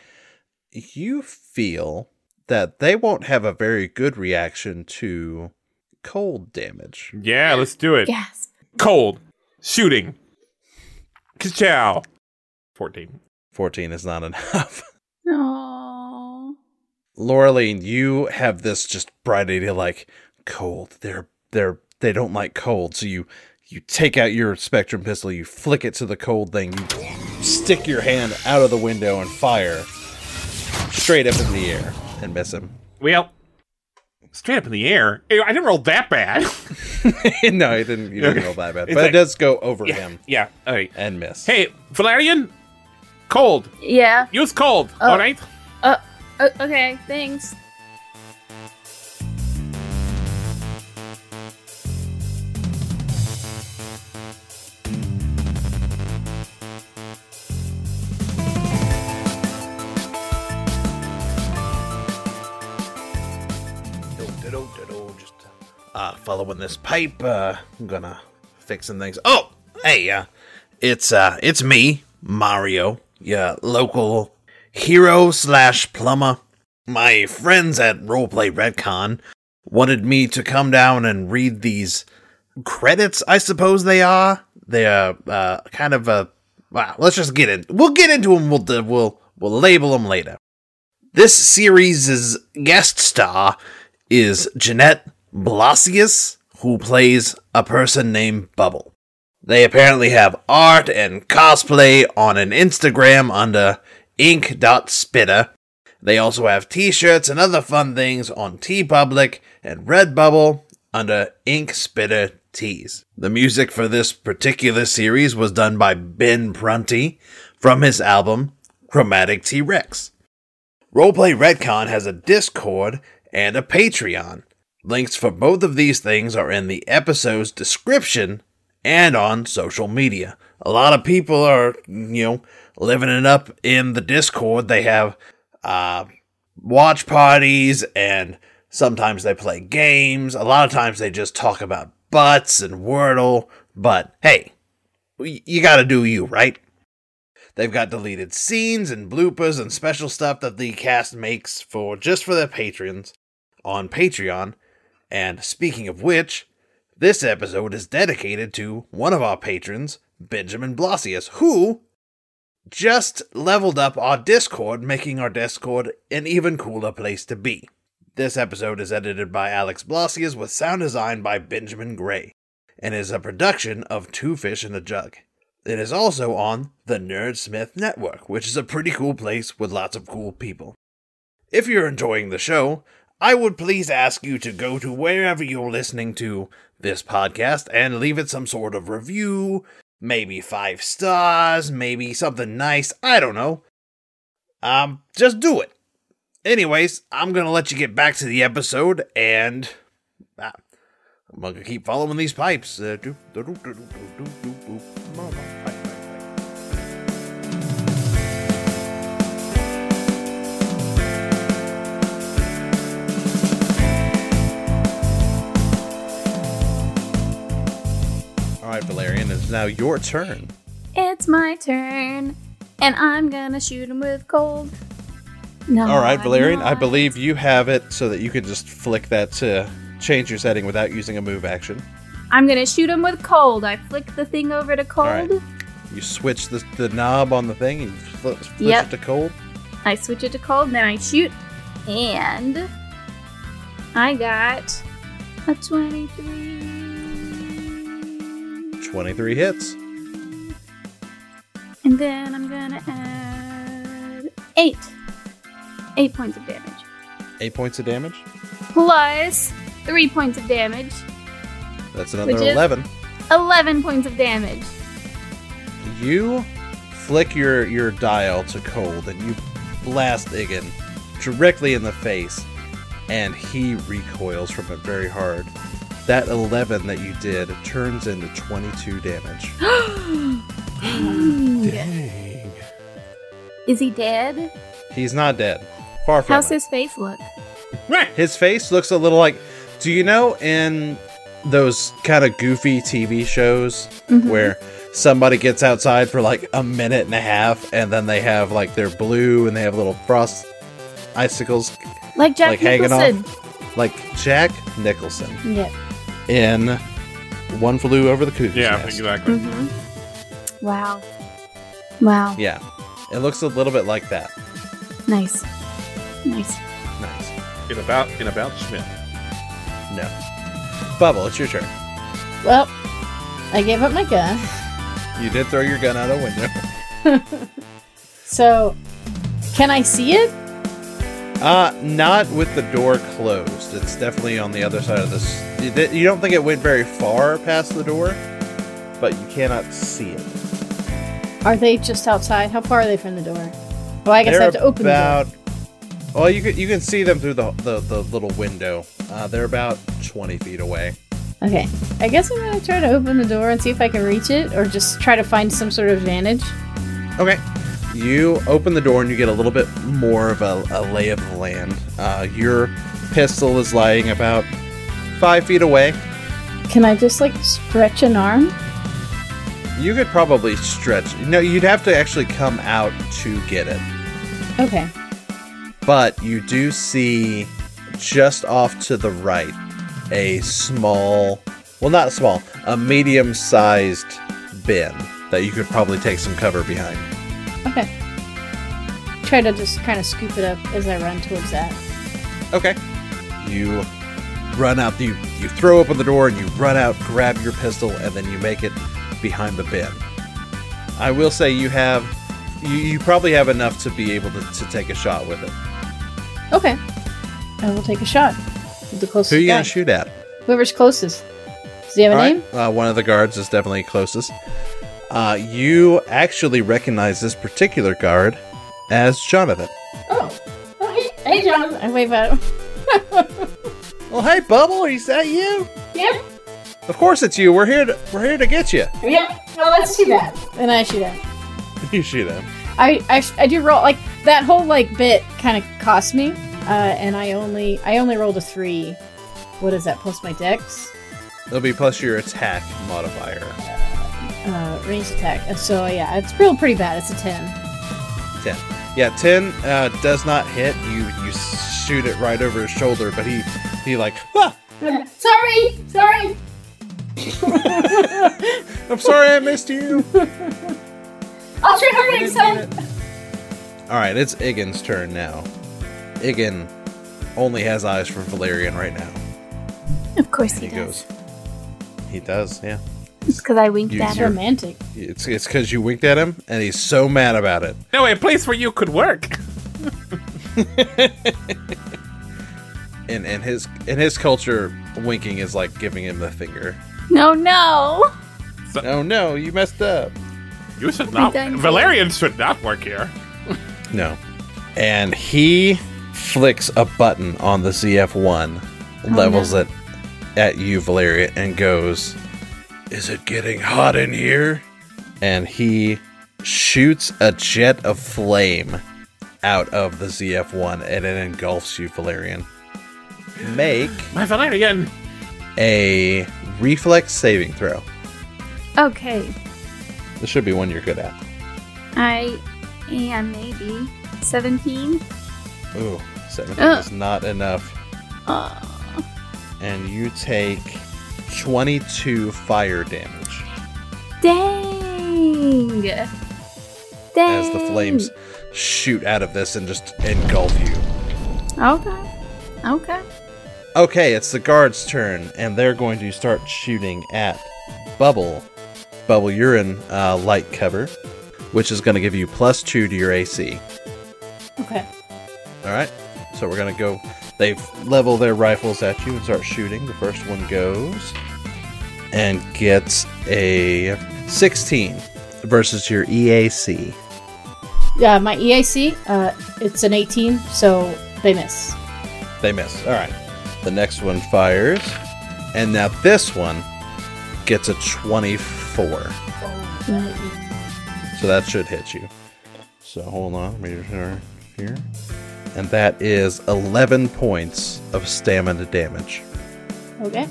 Speaker 3: You feel that they won't have a very good reaction to cold damage.
Speaker 1: Yeah, let's do it.
Speaker 2: Gasp.
Speaker 1: Cold shooting. Ciao. Fourteen.
Speaker 3: 14 is not [LAUGHS] enough.
Speaker 2: Aww.
Speaker 3: Laureline, you have this just bright idea like cold. They're they're they don't like cold, so you you take out your spectrum pistol, you flick it to the cold thing, you stick your hand out of the window and fire straight up in the air and miss him. [LAUGHS]
Speaker 1: Well, straight up in the air. Ew, I didn't roll that bad.
Speaker 3: no, it didn't.
Speaker 1: [LAUGHS]
Speaker 3: You didn't roll that bad, but
Speaker 1: It's
Speaker 3: it
Speaker 1: like-
Speaker 3: does go over him
Speaker 1: [LAUGHS] yeah. All right.
Speaker 3: and miss.
Speaker 1: Hey, Valerian, cold.
Speaker 2: Yeah.
Speaker 1: Use cold.
Speaker 2: Oh.
Speaker 1: All right.
Speaker 2: Uh, o- okay, thanks.
Speaker 3: Diddle-diddle-diddle, just uh, following this pipe. Uh, I'm gonna fix some things. Oh, hey, uh, it's uh, it's me, Mario, your local hero slash plumber. My friends at Roleplay Redcon wanted me to come down and read these credits, I suppose they are. They are uh, kind of a. Wow, let's just get in. We'll get into them. We'll, we'll, we'll label them later. This series' guest star is Jeanette Blasius, who plays a person named Bubble. They apparently have art and cosplay on an Instagram under ink.spitter. They also have t-shirts and other fun things on TeePublic and Redbubble under Ink Spitter Tees. The music for this particular series was done by Ben Prunty from his album Chromatic T-Rex. Roleplay Redcon has a Discord and a Patreon. Links for both of these things are in the episode's description and on social media. A lot of people are, you know, living it up in the Discord. They have uh, watch parties and sometimes they play games. A lot of times they just talk about butts and Wordle. But hey, y- you gotta do you, right? They've got deleted scenes and bloopers and special stuff that the cast makes for just for their patrons on Patreon. And speaking of which, this episode is dedicated to one of our patrons, Benjamin Blasius, who just leveled up our Discord, making our Discord an even cooler place to be. This episode is edited by Alex Blasius with sound design by Benjamin Gray and is a production of Two Fish in a Jug. It is also on the Nerdsmith Network, which is a pretty cool place with lots of cool people. If you're enjoying the show, I would please ask you to go to wherever you're listening to this podcast and leave it some sort of review, maybe five stars, maybe something nice, I don't know. Um, just do it. Anyways, I'm gonna let you get back to the episode and. ah, I'm gonna keep following these pipes. Uh, do- do- do- do- do- do- do- do- mama, pipe, pipe, pipe. All right, Valerian, it's now your turn.
Speaker 2: It's my turn, and I'm gonna shoot him with cold. No.
Speaker 3: All right,
Speaker 2: I'm
Speaker 3: Valerian, I
Speaker 2: not.
Speaker 3: believe you have it so that you could just flick that to change your setting without using a move action.
Speaker 2: I'm gonna shoot him with cold. I flick the thing over to cold.
Speaker 3: right. You switch the, the knob on the thing and flip, flip
Speaker 2: Yep.
Speaker 3: it to cold.
Speaker 2: I switch it to cold, then I shoot, and I got a 23.
Speaker 3: 23 hits.
Speaker 2: And then I'm gonna add eight. Eight points of damage.
Speaker 3: 8 points of damage.
Speaker 2: Plus three points of damage.
Speaker 3: That's another
Speaker 2: Which is-
Speaker 3: 11.
Speaker 2: Eleven points of damage.
Speaker 3: You flick your, your dial to cold and you blast Igan directly in the face, and he recoils from it very hard. That 11 that you did turns into 22 damage.
Speaker 5: Dang.
Speaker 2: Is he dead?
Speaker 3: He's not dead. Far from
Speaker 2: How's
Speaker 3: it.
Speaker 2: his face look?
Speaker 3: His face looks a little like. Do you know in those kind of goofy TV shows where somebody gets outside for like a minute and a half and then they have like their blue and they have little frost icicles
Speaker 2: Like Jack
Speaker 3: like hanging
Speaker 2: Nicholson.
Speaker 3: off? Like Jack Nicholson
Speaker 2: Yep.
Speaker 3: in One Flew Over the Cuckoo's
Speaker 1: Yeah,
Speaker 3: Nest.
Speaker 1: exactly.
Speaker 2: Mm-hmm. Wow. Wow.
Speaker 3: Yeah. It looks a little bit like that.
Speaker 2: Nice. Nice.
Speaker 3: Nice.
Speaker 1: In about in about Schmidt.
Speaker 3: No. Bubble, it's your turn.
Speaker 4: Well, I gave up my gun.
Speaker 3: You did throw your gun out a window.
Speaker 4: So, can I see it?
Speaker 3: Uh, not with the door closed. It's definitely on the other side of this. you di- You don't think it went very far past the door, but you cannot see it.
Speaker 4: Are they just outside? How far are they from the door? Well, I guess I have to open
Speaker 3: about. Well, you can you can see them through the the, the little window. Uh, they're about twenty feet away.
Speaker 4: the door. Okay. I guess I'm gonna try to open the door and see if I can reach it, or just try to find some sort of vantage.
Speaker 3: Okay. You open the door and you get a little bit more of a, a lay of the land. Uh, your pistol is lying about five feet away.
Speaker 4: Can I just like stretch an arm?
Speaker 3: You could probably stretch. No, you'd have to actually come out to get it.
Speaker 4: Okay.
Speaker 3: but you do see just off to the right a small, well, not small, a medium sized bin that you could probably take some cover behind.
Speaker 4: Okay. Try to just kind of scoop it up as I run towards that.
Speaker 3: Okay. You run out, you, you throw open the door and you run out, grab your pistol, and then you make it behind the bin. I will say you have, you, you probably have enough to be able to, to take a shot with it.
Speaker 4: Okay. I will take a shot. With the closest
Speaker 3: Who are you
Speaker 4: guy.
Speaker 3: going to shoot at?
Speaker 4: Whoever's closest. Does he have a
Speaker 3: All right.
Speaker 4: name?
Speaker 3: Uh, one of the guards is definitely closest. Uh, you actually recognize this particular guard as Jonathan.
Speaker 4: Oh. Oh, hey- Hey, John. I wave at him.
Speaker 3: Well, hey, Bubble, is that you?
Speaker 4: Yep.
Speaker 3: Of course it's you. We're here. To, we're here to get you.
Speaker 4: Yep. Well, let's shoot at him. And I shoot at him.
Speaker 3: [LAUGHS] you shoot him.
Speaker 4: I, I, I do roll like that whole like bit kind of cost me, uh, and I only I only rolled a three. What is that? Plus my dex,
Speaker 3: It'll be plus your attack modifier.
Speaker 4: uh, range attack. And so yeah, it's real pretty bad. It's a ten.
Speaker 3: Ten. Yeah, ten uh, does not hit. You you shoot it right over his shoulder, but he he like. Ah,
Speaker 4: Sorry, sorry.
Speaker 3: [LAUGHS] I'm sorry, I missed you.
Speaker 4: I'll try harder next time.
Speaker 3: All right, it's Igan's turn now. Igan only has eyes for Valerian right now.
Speaker 2: Of course
Speaker 3: And
Speaker 2: he,
Speaker 3: he
Speaker 2: does.
Speaker 3: goes. He does, yeah.
Speaker 2: Because I winked
Speaker 3: You-
Speaker 2: at
Speaker 3: you're-
Speaker 2: him.
Speaker 4: Romantic.
Speaker 3: It's it's because you winked at him, and he's so mad about it.
Speaker 1: No, a place where you could work.
Speaker 3: In in his in his culture, winking is like giving him the finger.
Speaker 2: No, no.
Speaker 3: Oh no, you messed up.
Speaker 1: You should not.
Speaker 2: done here.
Speaker 1: Valerian should not work here.
Speaker 3: No, and he flicks a button on the ZF1, levels it at you, Valeria, and goes, "Is it getting hot in here?" And he shoots a jet of flame out of the ZF1, and it engulfs you, Valerian. Make
Speaker 1: My Valerian.
Speaker 3: a reflex saving throw.
Speaker 2: Okay.
Speaker 3: This should be one you're good at.
Speaker 2: I am maybe 17.
Speaker 3: Ooh, 17
Speaker 2: Ugh.
Speaker 3: is not enough.
Speaker 2: Uh,
Speaker 3: And you take 22 fire damage
Speaker 2: dang. Dang.
Speaker 3: as the flames shoot out of this and just engulf you.
Speaker 2: Okay.
Speaker 3: [LAUGHS]
Speaker 2: Okay.
Speaker 3: Okay, it's the guard's turn, and they're going to start shooting at Bubble. Bubble, you're in uh, light cover, which is going to give you plus two to your AC.
Speaker 4: Okay.
Speaker 3: All right. So we're gonna go. They level their rifles at you and start shooting. The first one goes and gets a 16 versus your E EAC.
Speaker 4: Yeah, my EAC. Uh, it's an eighteen, so they miss.
Speaker 3: They miss. All right. The next one fires, and now this one gets a 24. So that should hit you. So hold on, let me just turn here, and that is 11 points of stamina damage.
Speaker 4: Okay.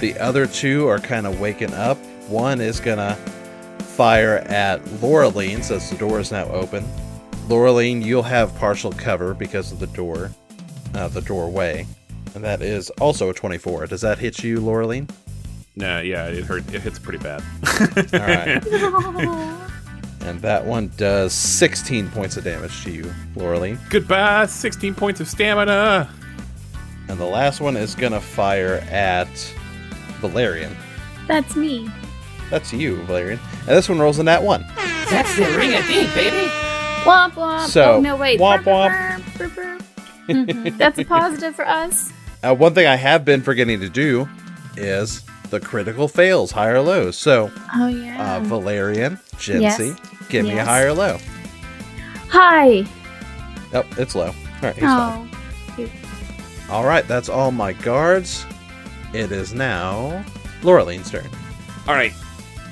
Speaker 3: The other two are kind of waking up. One is gonna fire at Laureline since the door is now open. Laureline, you'll have partial cover because of the door, uh, the doorway, and that is also a 24. Does that hit you, Laureline?
Speaker 1: No, yeah, it hurt. It hits pretty bad. [LAUGHS]
Speaker 3: All right,
Speaker 2: Aw.
Speaker 3: and that one does 16 points of damage to you, Laureline.
Speaker 1: Goodbye. Sixteen points of stamina.
Speaker 3: And the last one is gonna fire at Valerian.
Speaker 2: That's me.
Speaker 3: That's you, Valerian. And this one rolls in that one.
Speaker 7: That's the ring of deep, baby.
Speaker 2: Womp womp.
Speaker 3: So,
Speaker 2: oh, no, wait.
Speaker 3: womp,
Speaker 2: Brr, brr, brr, brr, brr. Mm-hmm. That's
Speaker 3: [LAUGHS]
Speaker 2: a positive for us.
Speaker 3: Uh, one thing I have been forgetting to do is the critical fails, high or low. So,
Speaker 2: Oh,
Speaker 3: uh,
Speaker 2: yeah.
Speaker 3: Valerian, Jency, give me a
Speaker 2: Yes.
Speaker 3: high or low.
Speaker 2: Hi.
Speaker 3: Oh, it's low. All right, he's
Speaker 2: Oh.
Speaker 3: fine. All right, that's all my guards. It is now Laureline's turn.
Speaker 1: All right.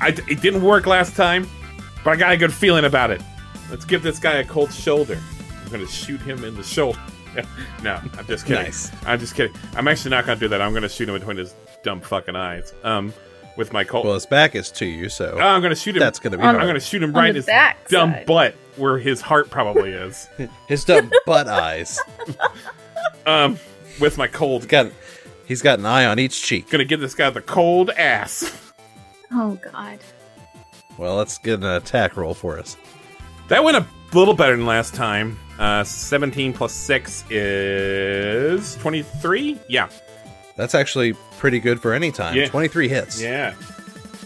Speaker 1: I, it didn't work last time, but I got a good feeling about it. Let's give this guy a cold shoulder. I'm going to shoot him in the shoulder. [LAUGHS] no, I'm just kidding.
Speaker 3: Nice.
Speaker 1: I'm just kidding. I'm actually not going to do that. I'm going to shoot him between his dumb fucking eyes. Um, with my cold. Oh,
Speaker 3: Well, his back is to you, so
Speaker 1: I'm going to shoot him.
Speaker 3: that's going to be
Speaker 1: I'm
Speaker 3: hard.
Speaker 1: going to shoot him
Speaker 2: On
Speaker 1: right
Speaker 2: the
Speaker 1: in his
Speaker 2: back
Speaker 1: dumb
Speaker 2: side.
Speaker 1: butt, where his heart probably is.
Speaker 3: [LAUGHS] His dumb butt eyes. [LAUGHS]
Speaker 1: um, with my cold.
Speaker 3: Got He's got an eye on each cheek.
Speaker 1: Gonna give this guy the cold ass.
Speaker 2: Oh god.
Speaker 3: Well, let's get an attack roll for us.
Speaker 1: That went a little better than last time. Uh, 17 plus 6 is 23? Yeah.
Speaker 3: That's actually pretty good for any time.
Speaker 1: Yeah.
Speaker 3: 23 hits.
Speaker 1: Yeah.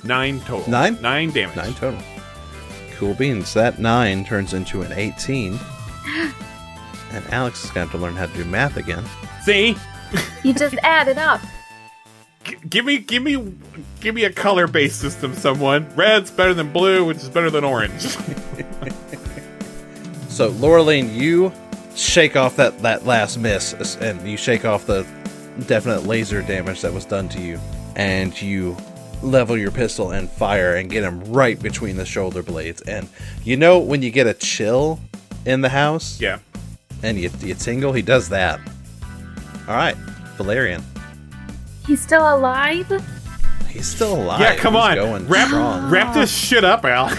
Speaker 1: Nine total.
Speaker 3: Nine?
Speaker 1: Nine damage.
Speaker 3: Nine total. Cool beans. That nine turns into an 18. and Alex is going to have to learn how to do math again.
Speaker 1: See?
Speaker 2: You just add it up.
Speaker 1: G- give me, give me, give me a color-based system. Someone red's better than blue, which is better than orange. [LAUGHS]
Speaker 3: So, Laureline, you shake off that, that last miss as- and you shake off the definite laser damage that was done to you. And you level your pistol and fire and get him right between the shoulder blades. And you know, when you get a chill in the house
Speaker 1: yeah.
Speaker 3: and you, you tingle, he does that. All right, Valerian.
Speaker 2: He's still alive?
Speaker 3: He's still alive.
Speaker 1: Yeah, come
Speaker 3: He's
Speaker 1: on.
Speaker 3: Going
Speaker 1: wrap,
Speaker 3: strong.
Speaker 1: wrap this shit up, Al. [LAUGHS]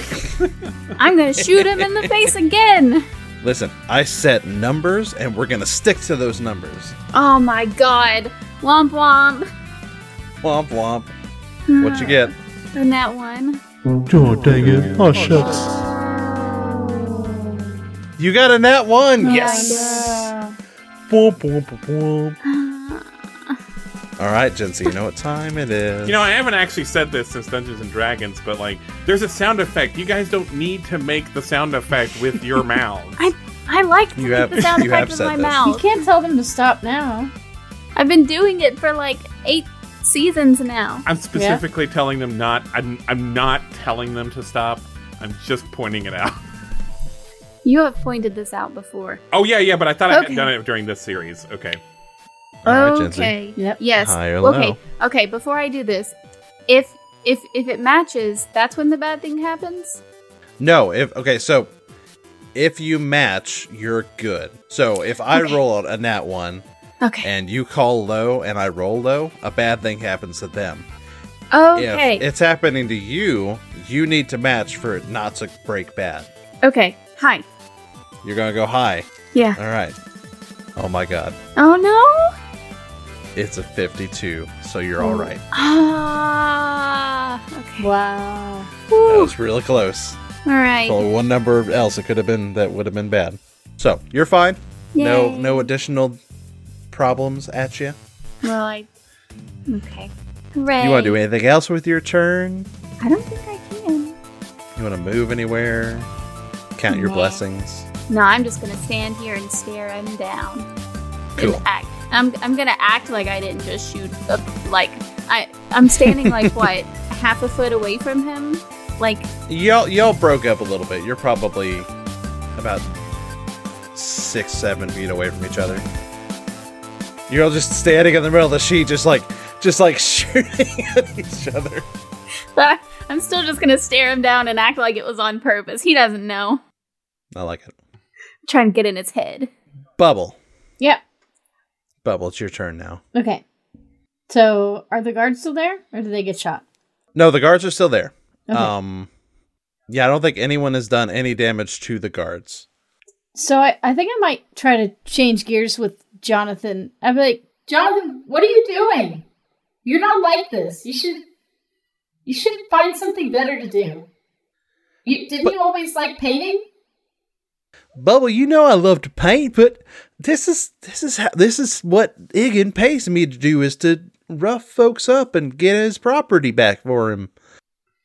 Speaker 2: I'm gonna shoot him in the face again.
Speaker 3: Listen, I set numbers and we're going to stick to those numbers.
Speaker 2: Oh my god. Womp womp.
Speaker 3: Womp womp. What'd you get?
Speaker 2: And that one.
Speaker 8: Oh, dang it. Oh, shucks.
Speaker 3: You got a nat one.
Speaker 4: Yes.
Speaker 8: Boom, boom, boom, boom.
Speaker 2: [GASPS]
Speaker 3: All right, Jency, you know what time it is.
Speaker 1: You know, I haven't actually said this since Dungeons and Dragons, but like, there's a sound effect. You guys don't need to make the sound effect with
Speaker 3: [LAUGHS]
Speaker 1: your mouths.
Speaker 2: I I like to
Speaker 3: You
Speaker 2: make
Speaker 3: have-
Speaker 2: the sound
Speaker 3: you have
Speaker 2: effect with
Speaker 3: said
Speaker 2: my
Speaker 3: this.
Speaker 4: You
Speaker 2: mouth.
Speaker 4: can't tell them to stop now.
Speaker 2: I've been doing it for like eight seasons now.
Speaker 1: I'm specifically telling them not. I'm, I'm not telling them to stop. I'm just pointing it out. [LAUGHS]
Speaker 2: You have pointed this out before.
Speaker 1: Oh yeah, yeah, but I thought I
Speaker 2: Okay.
Speaker 1: had done it during this series. Okay.
Speaker 3: All right, Jency.
Speaker 2: okay.
Speaker 4: Yep.
Speaker 2: Yes.
Speaker 3: High or
Speaker 2: Okay.
Speaker 3: low?
Speaker 2: Okay. Before I do this, if if if it matches, that's when the bad thing happens.
Speaker 3: No, if okay, so if you match, you're good. So if I
Speaker 2: Okay.
Speaker 3: roll a nat one
Speaker 2: Okay.
Speaker 3: and you call low and I roll low, a bad thing happens to them.
Speaker 2: Okay.
Speaker 3: If it's happening to you, you need to match for it not to break bad.
Speaker 2: okay. Hi.
Speaker 3: You're gonna go high.
Speaker 2: Yeah.
Speaker 3: All right. Oh my god,
Speaker 2: Oh no.
Speaker 3: it's a 52, so you're all right.
Speaker 2: Ah. Okay.
Speaker 4: Wow.
Speaker 3: That
Speaker 2: Whew.
Speaker 3: was really close.
Speaker 2: All right.
Speaker 3: There's only one number else it could have been that would have been bad. So you're fine. No,
Speaker 2: Yay.
Speaker 3: no additional problems at you.
Speaker 2: Well, I. Okay. Hooray.
Speaker 3: You want to do anything else with your turn?
Speaker 2: I don't think I can.
Speaker 3: You want to move anywhere? Count your
Speaker 2: No.
Speaker 3: blessings.
Speaker 2: No, I'm just gonna stand here and stare him down.
Speaker 3: Cool.
Speaker 2: And act. I'm I'm gonna act like I didn't just shoot. A, like I I'm standing [LAUGHS] like what half a foot away from him. Like [LAUGHS]
Speaker 3: Y'all, y'all broke up a little bit. You're probably about six, seven feet away from each other. You're all just standing in the middle of the sheet, just like, just like [LAUGHS] shooting at each other.
Speaker 2: I'm still just gonna stare him down and act like it was on purpose. He doesn't know.
Speaker 3: I like it.
Speaker 2: Try and get in his head.
Speaker 3: Bubble,
Speaker 4: Yep.
Speaker 3: bubble. It's your turn now.
Speaker 4: Okay. So are the guards still there, or did they get shot?
Speaker 3: No, the guards are still there.
Speaker 4: Okay.
Speaker 3: Um, yeah, I don't think anyone has done any damage to the guards.
Speaker 4: So I, I think I might try to change gears with Jonathan. I'd be like, Jonathan, what are you doing? You're not like this. You should you should find something better to do. You didn't
Speaker 3: But-
Speaker 4: you always like painting?
Speaker 3: Bubble, you know I love to paint, but this is this is how this is what Igan pays me to do is to rough folks up and get his property back for him.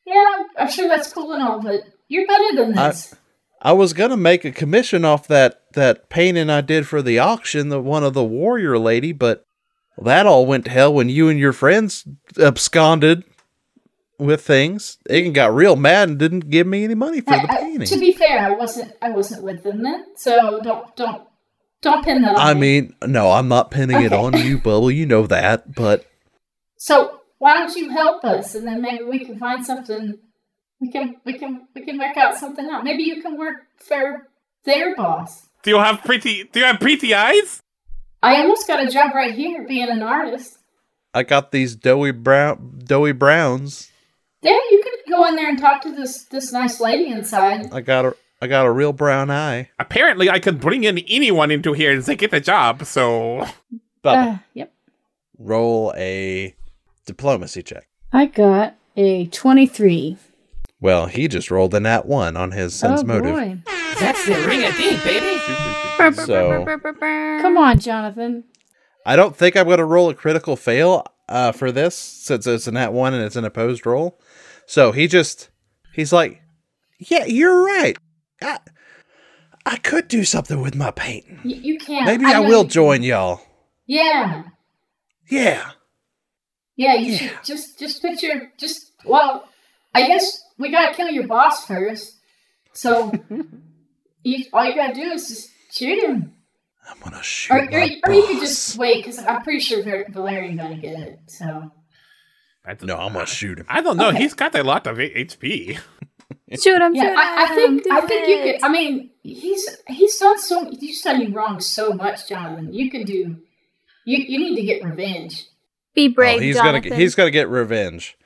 Speaker 4: Yeah, I'm- I'm sure that's cool and all, but you're better than
Speaker 3: I-
Speaker 4: this.
Speaker 3: I was gonna make a commission off that that painting I did for the auction, the one of the warrior lady, but that all went to hell when you and your friends absconded with things. Igan got real mad and didn't give me any money for the
Speaker 4: I- I-
Speaker 3: painting.
Speaker 4: uh, to be fair, I wasn't I wasn't with them then, so don't don't don't pin that on
Speaker 3: I
Speaker 4: me.
Speaker 3: mean, no, I'm not pinning it
Speaker 4: Okay.
Speaker 3: on you, Bubble. You know that, but
Speaker 4: So why don't you help us, and then maybe we can find something. We can we can we can work out something out. Maybe you can work for their boss.
Speaker 1: Do you have pretty? Do you have pretty eyes?
Speaker 4: I almost got a job right here being an artist.
Speaker 3: I got these doughy brown, doughy browns.
Speaker 4: Yeah, you could go in there and talk to this this nice lady inside.
Speaker 3: I got a, I got a real brown eye.
Speaker 4: Uh.
Speaker 1: Apparently, I could bring in anyone into here and they get the job. So [LAUGHS]
Speaker 3: Bubble,
Speaker 4: yep.
Speaker 3: roll a diplomacy check.
Speaker 4: I got a 23.
Speaker 3: Well, he just rolled a nat one on his sense
Speaker 4: oh,
Speaker 3: motive.
Speaker 4: boy.
Speaker 7: That's the ring of deed, baby.
Speaker 3: So-
Speaker 4: Come on, Jonathan.
Speaker 3: I don't think I'm going to roll a critical fail uh, for this since it's a nat one and it's an opposed roll. So he just he's like, "Yeah, you're right. I, I could do something with my painting.
Speaker 4: Y- you can't.
Speaker 3: Maybe I,
Speaker 4: know
Speaker 3: will
Speaker 4: you-
Speaker 3: join y'all.
Speaker 4: Yeah.
Speaker 3: Yeah,
Speaker 4: Yeah, you should just just picture just well, I guess we gotta kill your boss first.
Speaker 3: [LAUGHS]
Speaker 4: So you, all you gotta do is just shoot him,
Speaker 3: I'm gonna shoot
Speaker 4: or or,
Speaker 3: my
Speaker 4: or you
Speaker 3: boss.
Speaker 4: could just wait because I'm pretty sure Val- Valerian's gonna get it. So
Speaker 1: That's-
Speaker 3: No, I'm gonna shoot him.
Speaker 1: I don't know. He's got a lot of [LAUGHS] HP.
Speaker 2: Shoot him,
Speaker 4: yeah,
Speaker 2: shoot
Speaker 4: I, I
Speaker 2: him,
Speaker 4: think
Speaker 2: do
Speaker 4: I think you
Speaker 2: it.
Speaker 4: could. I mean, he's he's done so he's done you wrong so much, Jonathan. You can do. You you need to get revenge.
Speaker 2: Be brave,
Speaker 3: Oh, he's
Speaker 2: Jonathan.
Speaker 3: gonna he's gonna get revenge,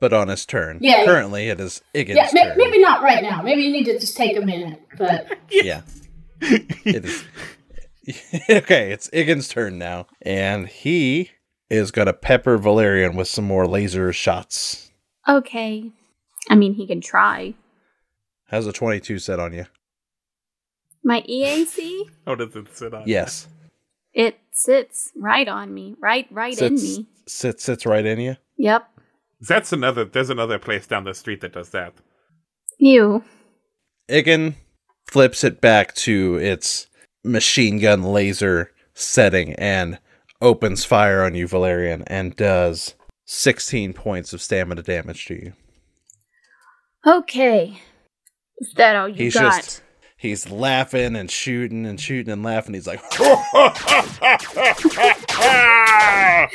Speaker 3: but on his turn.
Speaker 4: Yeah.
Speaker 3: Currently, it is Iggins'
Speaker 4: Yeah, ma-
Speaker 3: turn.
Speaker 4: maybe not right now. Maybe you need to just take a minute, but.
Speaker 3: yeah. it is. [LAUGHS] okay, it's Iggins' turn now, and he is gonna pepper Valerian with some more laser shots.
Speaker 2: Okay. I mean, he can try.
Speaker 3: How's a twenty-two set on you?
Speaker 2: My E EAC,
Speaker 1: Oh, does it sit on?
Speaker 3: Yes,
Speaker 2: it sits right on me, right, right in
Speaker 3: sits,
Speaker 2: me.
Speaker 3: sits sits right in you.
Speaker 2: Yep.
Speaker 1: That's another. There's another place down the street that does that.
Speaker 2: You.
Speaker 3: Iggin flips it back to its machine gun laser setting and opens fire on you, Valerian, and does 16 points of stamina damage to you.
Speaker 2: Okay. Is that all you
Speaker 3: He's
Speaker 2: got?
Speaker 3: just he's laughing and shooting and shooting and laughing. He's like [LAUGHS] And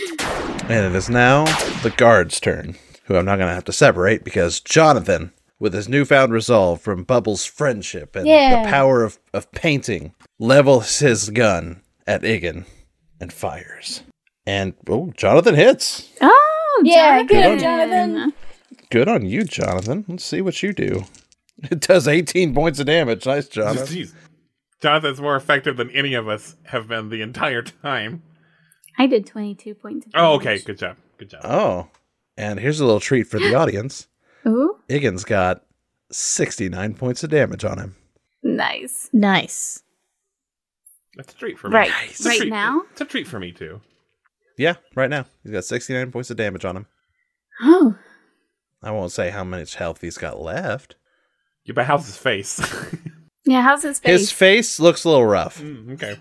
Speaker 3: it is now the guard's turn, who I'm not gonna have to separate because Jonathan, with his newfound resolve from Bubble's friendship and
Speaker 4: Yeah.
Speaker 3: the power of, of painting, levels his gun at Igan and fires. And oh, Jonathan hits.
Speaker 2: Oh,
Speaker 4: Yeah, good
Speaker 2: Jonathan.
Speaker 4: on Jonathan.
Speaker 3: Good on you, Jonathan. Let's see what you do. [LAUGHS] It does 18 points of damage. Nice, Jonathan.
Speaker 1: Jeez. Jonathan's more effective than any of us have been the entire time.
Speaker 2: I did 22 points. Of
Speaker 1: Oh, okay.
Speaker 2: damage.
Speaker 1: Good job. Good job.
Speaker 3: Oh, and here's a little treat for the audience.
Speaker 2: Ooh,
Speaker 3: Iggins got 69 points of damage on him.
Speaker 2: nice.
Speaker 4: Nice.
Speaker 1: That's a treat for me.
Speaker 2: Right.
Speaker 1: It's a
Speaker 2: Right
Speaker 1: treat-
Speaker 2: now?
Speaker 1: It's a treat for me too.
Speaker 3: Yeah, right now. He's got 69 points of damage on him.
Speaker 2: Oh,
Speaker 3: I won't say how much health he's got left.
Speaker 1: Yeah, but how's his face? [LAUGHS]
Speaker 2: yeah. How's his face?
Speaker 3: His face looks a little rough.
Speaker 1: Mm, okay.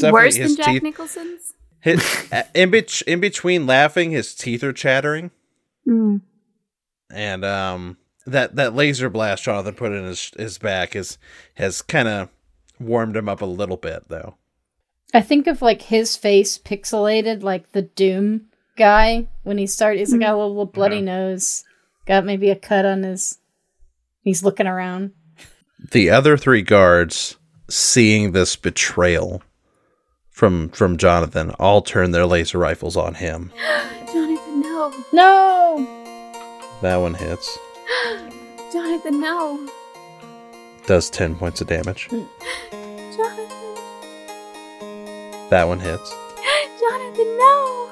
Speaker 2: Worse
Speaker 3: definitely
Speaker 2: than
Speaker 3: his
Speaker 2: Jack
Speaker 3: teeth.
Speaker 2: Nicholson's?
Speaker 3: His, uh, in, bet- in between laughing, his teeth are chattering.
Speaker 2: Mm.
Speaker 3: and um that that laser blast Jonathan put in his his back is has kind of warmed him up a little bit though.
Speaker 4: I think of like his face pixelated, like the Doom guy when he started. He's got a little bloody nose, got maybe a cut on his. He's looking around.
Speaker 3: The other three guards seeing this betrayal from from Jonathan all turn their laser rifles on him.
Speaker 2: Jonathan, no.
Speaker 4: No,
Speaker 3: That one hits.
Speaker 2: Jonathan, no. [GASPS]
Speaker 3: Does 10 points of damage.
Speaker 2: Jonathan,
Speaker 3: That one hits.
Speaker 2: Jonathan, no.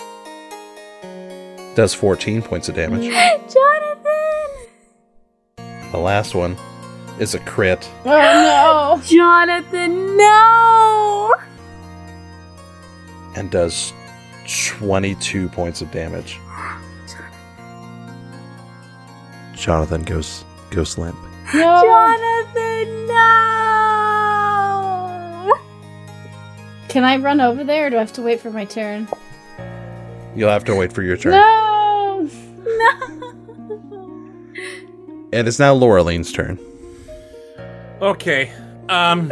Speaker 2: [GASPS]
Speaker 3: Does 14 points of damage.
Speaker 2: Jonathan,
Speaker 3: The last one is a crit.
Speaker 4: oh no!
Speaker 2: Jonathan, no.
Speaker 3: and does 22 points of damage. Jonathan goes goes limp.
Speaker 4: No!
Speaker 2: Jonathan, no.
Speaker 4: Can I run over there, or do I have to wait for my turn?
Speaker 3: You'll have to wait for your turn.
Speaker 4: No!
Speaker 3: It is now Laureline's turn.
Speaker 1: Okay.
Speaker 2: [LAUGHS]
Speaker 1: Um.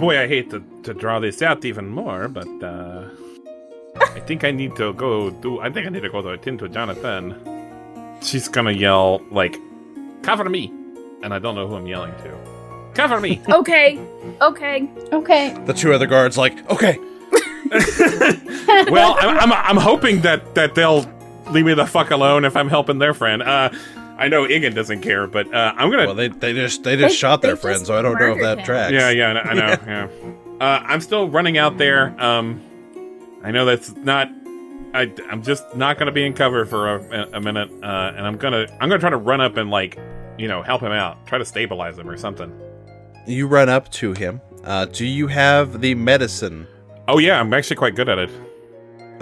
Speaker 1: boy, I hate to, to draw this out even more, but uh, I think I need to go do. I think I need to go to attend to Jonathan. She's gonna yell like, "Cover me!" And I don't know who I'm yelling to. Cover me!
Speaker 2: Okay, okay.
Speaker 4: Okay.
Speaker 3: The two other guards like, okay,
Speaker 1: well, I'm, I'm, I'm hoping that that they'll leave me the fuck alone if I'm helping their friend. Uh, I know Igan doesn't care, but uh, I'm gonna
Speaker 3: well they, they just they just shot their
Speaker 2: they
Speaker 3: friend,
Speaker 2: just
Speaker 3: so I don't know if
Speaker 2: murdered
Speaker 3: that
Speaker 2: him.
Speaker 3: [LAUGHS] tracks.
Speaker 1: Yeah, yeah, I know. I know yeah. Uh, I'm still running out there. Um, I know that's not. I, I'm just not gonna be in cover for a, a minute, uh, and I'm gonna I'm gonna try to run up and like, you know, help him out, try to stabilize him or something.
Speaker 3: You run up to him. Uh, do you have the medicine?
Speaker 1: Oh yeah, I'm actually quite good at it.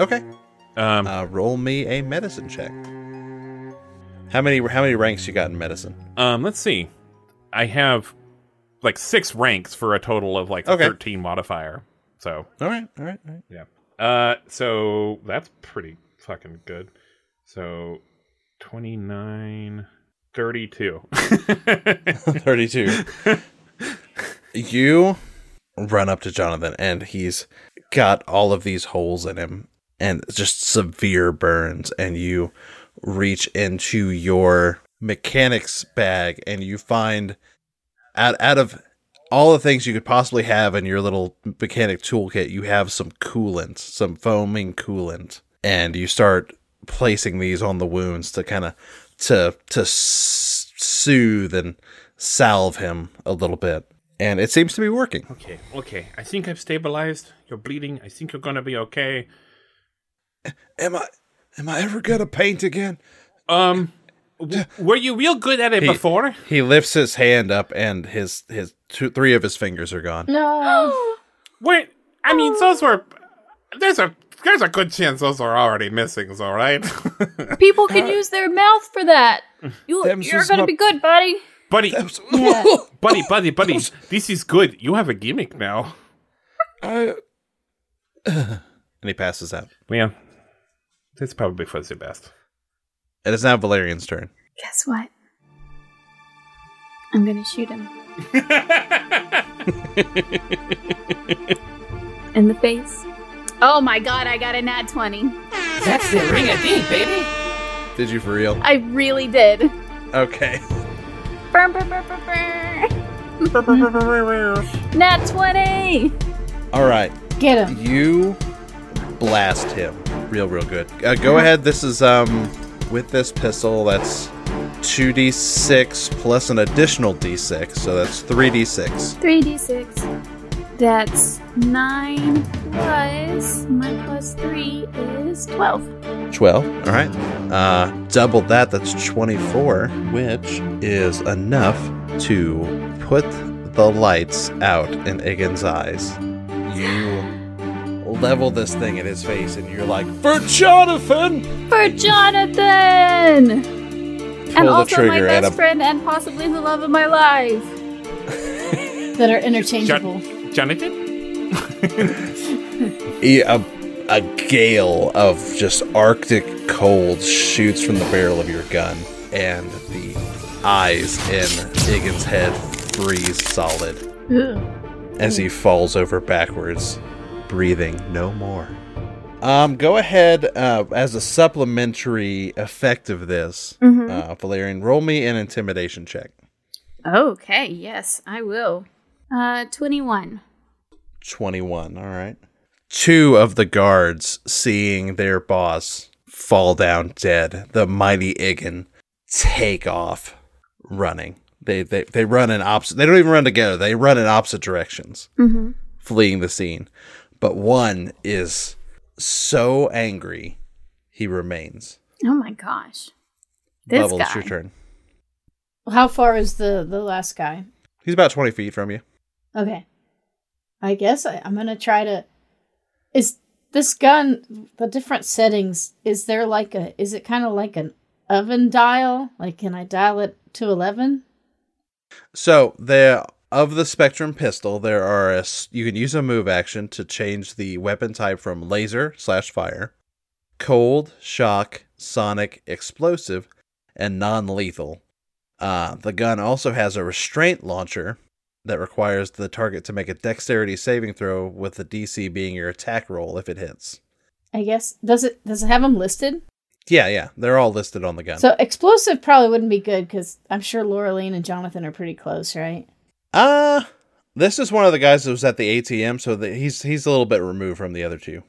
Speaker 3: Okay.
Speaker 1: Um,
Speaker 3: Uh, roll me a medicine check. How many how many ranks you got in medicine?
Speaker 1: um, let's see, I have like six ranks for a total of like a
Speaker 3: Okay.
Speaker 1: 13 modifier. So
Speaker 3: All right, all right, all right.
Speaker 1: Yeah. Uh, so that's pretty fucking good. So 29, [LAUGHS] 32.
Speaker 3: 32. you run up to Jonathan, and he's got all of these holes in him and just severe burns. And you reach into your mechanics bag and you find out, out of all the things you could possibly have in your little mechanic toolkit, you have some coolant, some foaming coolant, and you start placing these on the wounds to kind of to to s- soothe and salve him a little bit. And it seems to be working.
Speaker 1: okay, okay. I think I've stabilized. You're bleeding. I think you're gonna be okay.
Speaker 3: Am I am I ever gonna paint again?
Speaker 1: Um, w- were you real good at it
Speaker 3: He-
Speaker 1: before?
Speaker 3: He lifts his hand up, and his his two, three of his fingers are gone.
Speaker 4: No.
Speaker 1: Wait, I mean, those were. There's a there's a good chance those are already missing. So right, [LAUGHS]
Speaker 2: People can use their mouth for that. You,
Speaker 3: Them's
Speaker 2: you're
Speaker 3: was
Speaker 2: gonna
Speaker 3: my-
Speaker 2: be good, buddy.
Speaker 1: buddy, [LAUGHS] buddy, buddy, buddy. This is good. You have a gimmick now.
Speaker 3: [LAUGHS] I- [LAUGHS] and he passes out.
Speaker 1: Yeah, that's probably for the best.
Speaker 3: It is now Valerian's turn.
Speaker 2: Guess what? I'm gonna shoot him in the face. Oh my god, I got a nat 20.
Speaker 7: That's the ring of thing, baby.
Speaker 3: Did you for real?
Speaker 2: I really did.
Speaker 3: Okay.
Speaker 2: Burr, burr, burr, burr, burr. Nat 20!
Speaker 3: All right.
Speaker 4: Get him.
Speaker 3: You blast him real, real good. Uh, go ahead. This is um with this pistol. That's two d six plus an additional d six, so that's three d six.
Speaker 2: 3d6. That's 9 plus. My plus 3 is 12.
Speaker 3: 12. All right. Uh, double that, that's 24, which is enough to put the lights out in Igan's eyes. You level this thing in his face, and you're like, For Jonathan!
Speaker 2: For Jonathan! and
Speaker 3: Pull the
Speaker 2: also my
Speaker 3: trigger,
Speaker 2: best
Speaker 3: Adam.
Speaker 2: friend and possibly the love of my life.
Speaker 4: That are interchangeable.
Speaker 1: Jonathan,
Speaker 3: E- A, a gale of just arctic cold shoots from the barrel of your gun, and the eyes in Igan's head freeze solid.
Speaker 4: Ugh.
Speaker 3: as he falls over backwards, breathing no more. Um, go ahead uh, as a supplementary effect of this, uh, Valerian. Roll me an intimidation check.
Speaker 2: Okay, yes, I will. Uh, 21.
Speaker 3: Twenty-one. All right. Two of the guards, seeing their boss fall down dead, the mighty Igan take off running. They they they run in opposite. They don't even run together. They run in opposite directions.
Speaker 2: Mm-hmm.
Speaker 3: fleeing the scene. But one is so angry, he remains.
Speaker 2: Oh my gosh. This
Speaker 3: Bubble, it's
Speaker 2: guy.
Speaker 3: your turn.
Speaker 4: How far is the the last guy?
Speaker 3: He's about 20 feet from you.
Speaker 4: Okay. I guess I, I'm gonna try to. Is this gun the different settings? Is there like a? Is it kind of like an oven dial? Like, can I dial it to eleven?
Speaker 3: So, the of the Spectrum pistol, there are a s you can use a move action to change the weapon type from laser slash fire, cold, shock, sonic, explosive, and non lethal. Uh, the gun also has a restraint launcher that requires the target to make a dexterity saving throw with the DC being your attack roll if it hits.
Speaker 4: I guess does it does it have them listed?
Speaker 3: Yeah, yeah. They're all listed on the gun.
Speaker 4: So explosive probably wouldn't be good because I'm sure Laura Lane and Jonathan are pretty close, right?
Speaker 3: uh this is one of the guys that was at the ATM, so that he's he's a little bit removed from the other two.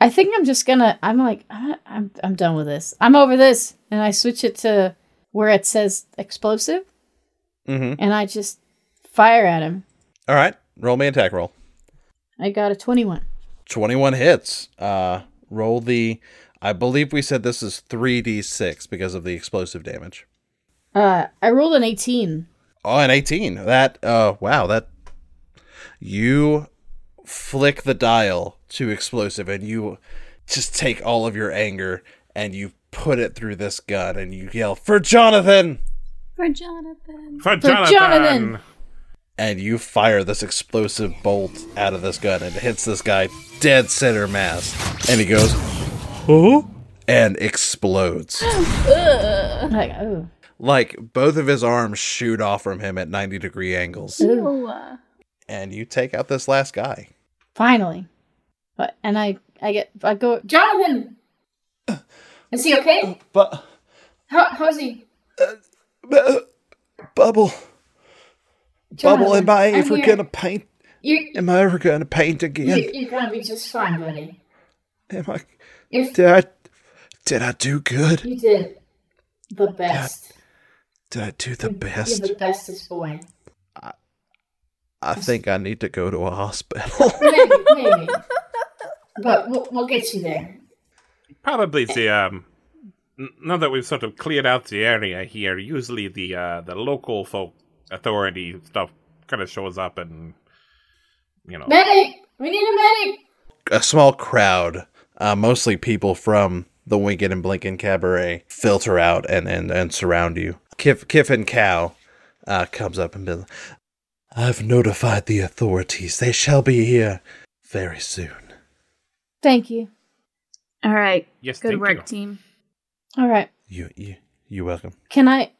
Speaker 4: I think I'm just gonna. I'm like, I- I'm I'm done with this. I'm over this, and I switch it to where it says explosive,
Speaker 3: Mm-hmm.
Speaker 4: and I just fire at him.
Speaker 3: All right. Roll me an attack roll.
Speaker 4: I got a 21.
Speaker 3: 21 hits. Uh, roll the. I believe we said this is 3d6 because of the explosive damage.
Speaker 4: Uh, I rolled an 18.
Speaker 3: Oh, and 18. That, uh, wow, that. You flick the dial to explosive and you just take all of your anger and you put it through this gun and you yell, For Jonathan!
Speaker 2: For Jonathan.
Speaker 1: For
Speaker 4: Jonathan!
Speaker 1: Jonathan!
Speaker 3: And you fire this explosive bolt out of this gun and it hits this guy dead center mass. And he goes,
Speaker 8: Oh?
Speaker 3: and explodes. [GASPS]
Speaker 4: Like, oh.
Speaker 3: like both of his arms shoot off from him at 90 degree angles.
Speaker 2: Ew.
Speaker 3: And you take out this last guy.
Speaker 4: Finally. But, and I, I get, I go,
Speaker 9: Jonathan!
Speaker 3: Uh,
Speaker 9: Is he okay?
Speaker 3: But
Speaker 9: How, how's he?
Speaker 3: bubble, bubble, am I
Speaker 9: I'm
Speaker 3: ever
Speaker 9: here.
Speaker 3: gonna paint?
Speaker 9: You,
Speaker 3: Am I ever gonna paint again?
Speaker 9: you, you're gonna be just fine, buddy.
Speaker 3: Am I?
Speaker 9: If-
Speaker 3: Did I? Did I do good?
Speaker 9: You did the best.
Speaker 3: Did I do the
Speaker 9: You're
Speaker 3: best?
Speaker 9: the bestest boy.
Speaker 3: I think I need to go to a hospital. [LAUGHS]
Speaker 9: Maybe, maybe. But we'll, we'll get you there.
Speaker 6: Probably the um. n- Now that we've sort of cleared out the area here, usually the uh, the local folk authority stuff kind of shows up and you know
Speaker 9: Medic! We need a medic!
Speaker 3: a small crowd, uh, mostly people from the Winkin' and Blinkin' Cabaret, filter out and, and, and surround you. Kif, Kif and Cow uh, comes up and be I've notified the authorities. They shall be here very soon.
Speaker 4: thank you.
Speaker 2: All right.
Speaker 6: Yes,
Speaker 2: Good
Speaker 6: thank
Speaker 2: work,
Speaker 6: you.
Speaker 2: team.
Speaker 4: All right.
Speaker 3: You, you, you're welcome.
Speaker 4: Can I,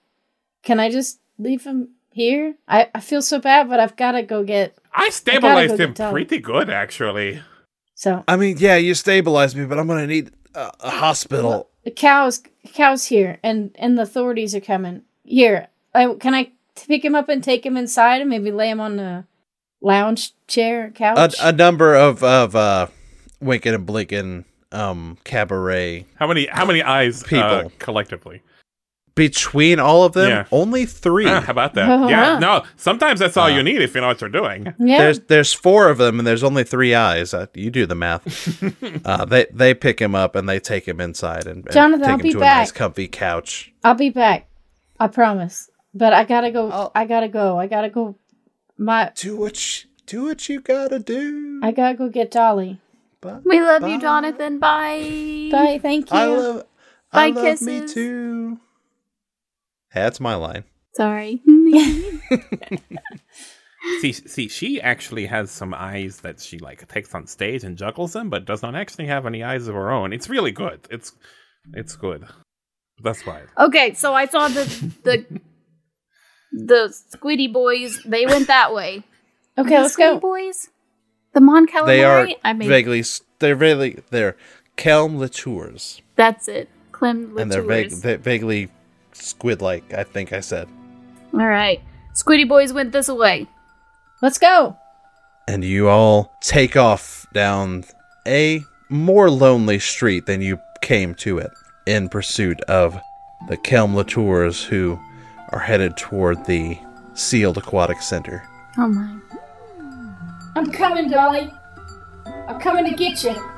Speaker 4: can I just leave him here? I, I feel so bad, but I've got to go get,
Speaker 6: I
Speaker 4: go
Speaker 6: stabilized
Speaker 4: get
Speaker 6: him
Speaker 4: Doug.
Speaker 6: pretty good actually.
Speaker 4: so.
Speaker 3: I mean, yeah, you stabilized me, but I'm going to need a, a hospital.
Speaker 4: The cows, cows here, and and the authorities are coming. Here, I, can I t- pick him up and take him inside and maybe lay him on the lounge chair
Speaker 3: A,
Speaker 4: couch?
Speaker 3: a number of, of uh, Winkin' and Blinkin' um, Cabaret
Speaker 6: How many how many eyes uh,
Speaker 3: People.
Speaker 6: collectively?
Speaker 3: between all of them,
Speaker 6: Yeah.
Speaker 3: only three.
Speaker 6: Ah, how about that? yeah. No, sometimes that's all you need if you know what you're doing.
Speaker 4: yeah,
Speaker 3: There's there's four of them and there's only three eyes. Uh, you do
Speaker 6: [LAUGHS]
Speaker 3: the math. uh, they they pick him up and they take him inside and, and
Speaker 4: Jonathan,
Speaker 3: take
Speaker 4: I'll
Speaker 3: him
Speaker 4: be
Speaker 3: to a nice
Speaker 4: back.
Speaker 3: comfy couch.
Speaker 4: I'll be back. I promise. But I gotta go. I gotta go. I gotta go. My,
Speaker 3: Do what you, do what you gotta do.
Speaker 4: I gotta go get Dolly.
Speaker 2: We love you, Jonathan. Bye.
Speaker 4: Bye. Thank you.
Speaker 3: I love I
Speaker 2: Bye,
Speaker 3: love me
Speaker 2: kisses.
Speaker 3: too. That's my line.
Speaker 2: [LAUGHS] Sorry.
Speaker 6: see, see, she actually has some eyes that she like takes on stage and juggles them, but does not actually have any eyes of her own. It's really good. It's it's good. That's why.
Speaker 2: okay, so I saw the the the Squiddy boys. They went that way.
Speaker 4: okay,
Speaker 2: The
Speaker 4: let's
Speaker 2: Squiddy
Speaker 4: go.
Speaker 2: Boys. The Mon Calamari.
Speaker 3: They are
Speaker 2: I mean,
Speaker 3: vaguely s- they're really they're Kelm Latours
Speaker 2: that's it. Clem
Speaker 3: and they're vague,
Speaker 2: Latours.
Speaker 3: they're vaguely squid like. I think I said.
Speaker 2: All right. Squiddy boys went this way.
Speaker 4: Let's go.
Speaker 3: and you all take off down a more lonely street than you came to it in pursuit of the Kelm Latours who are headed toward the sealed aquatic center.
Speaker 2: Oh my.
Speaker 9: I'm coming, Dolly. I'm coming to get you.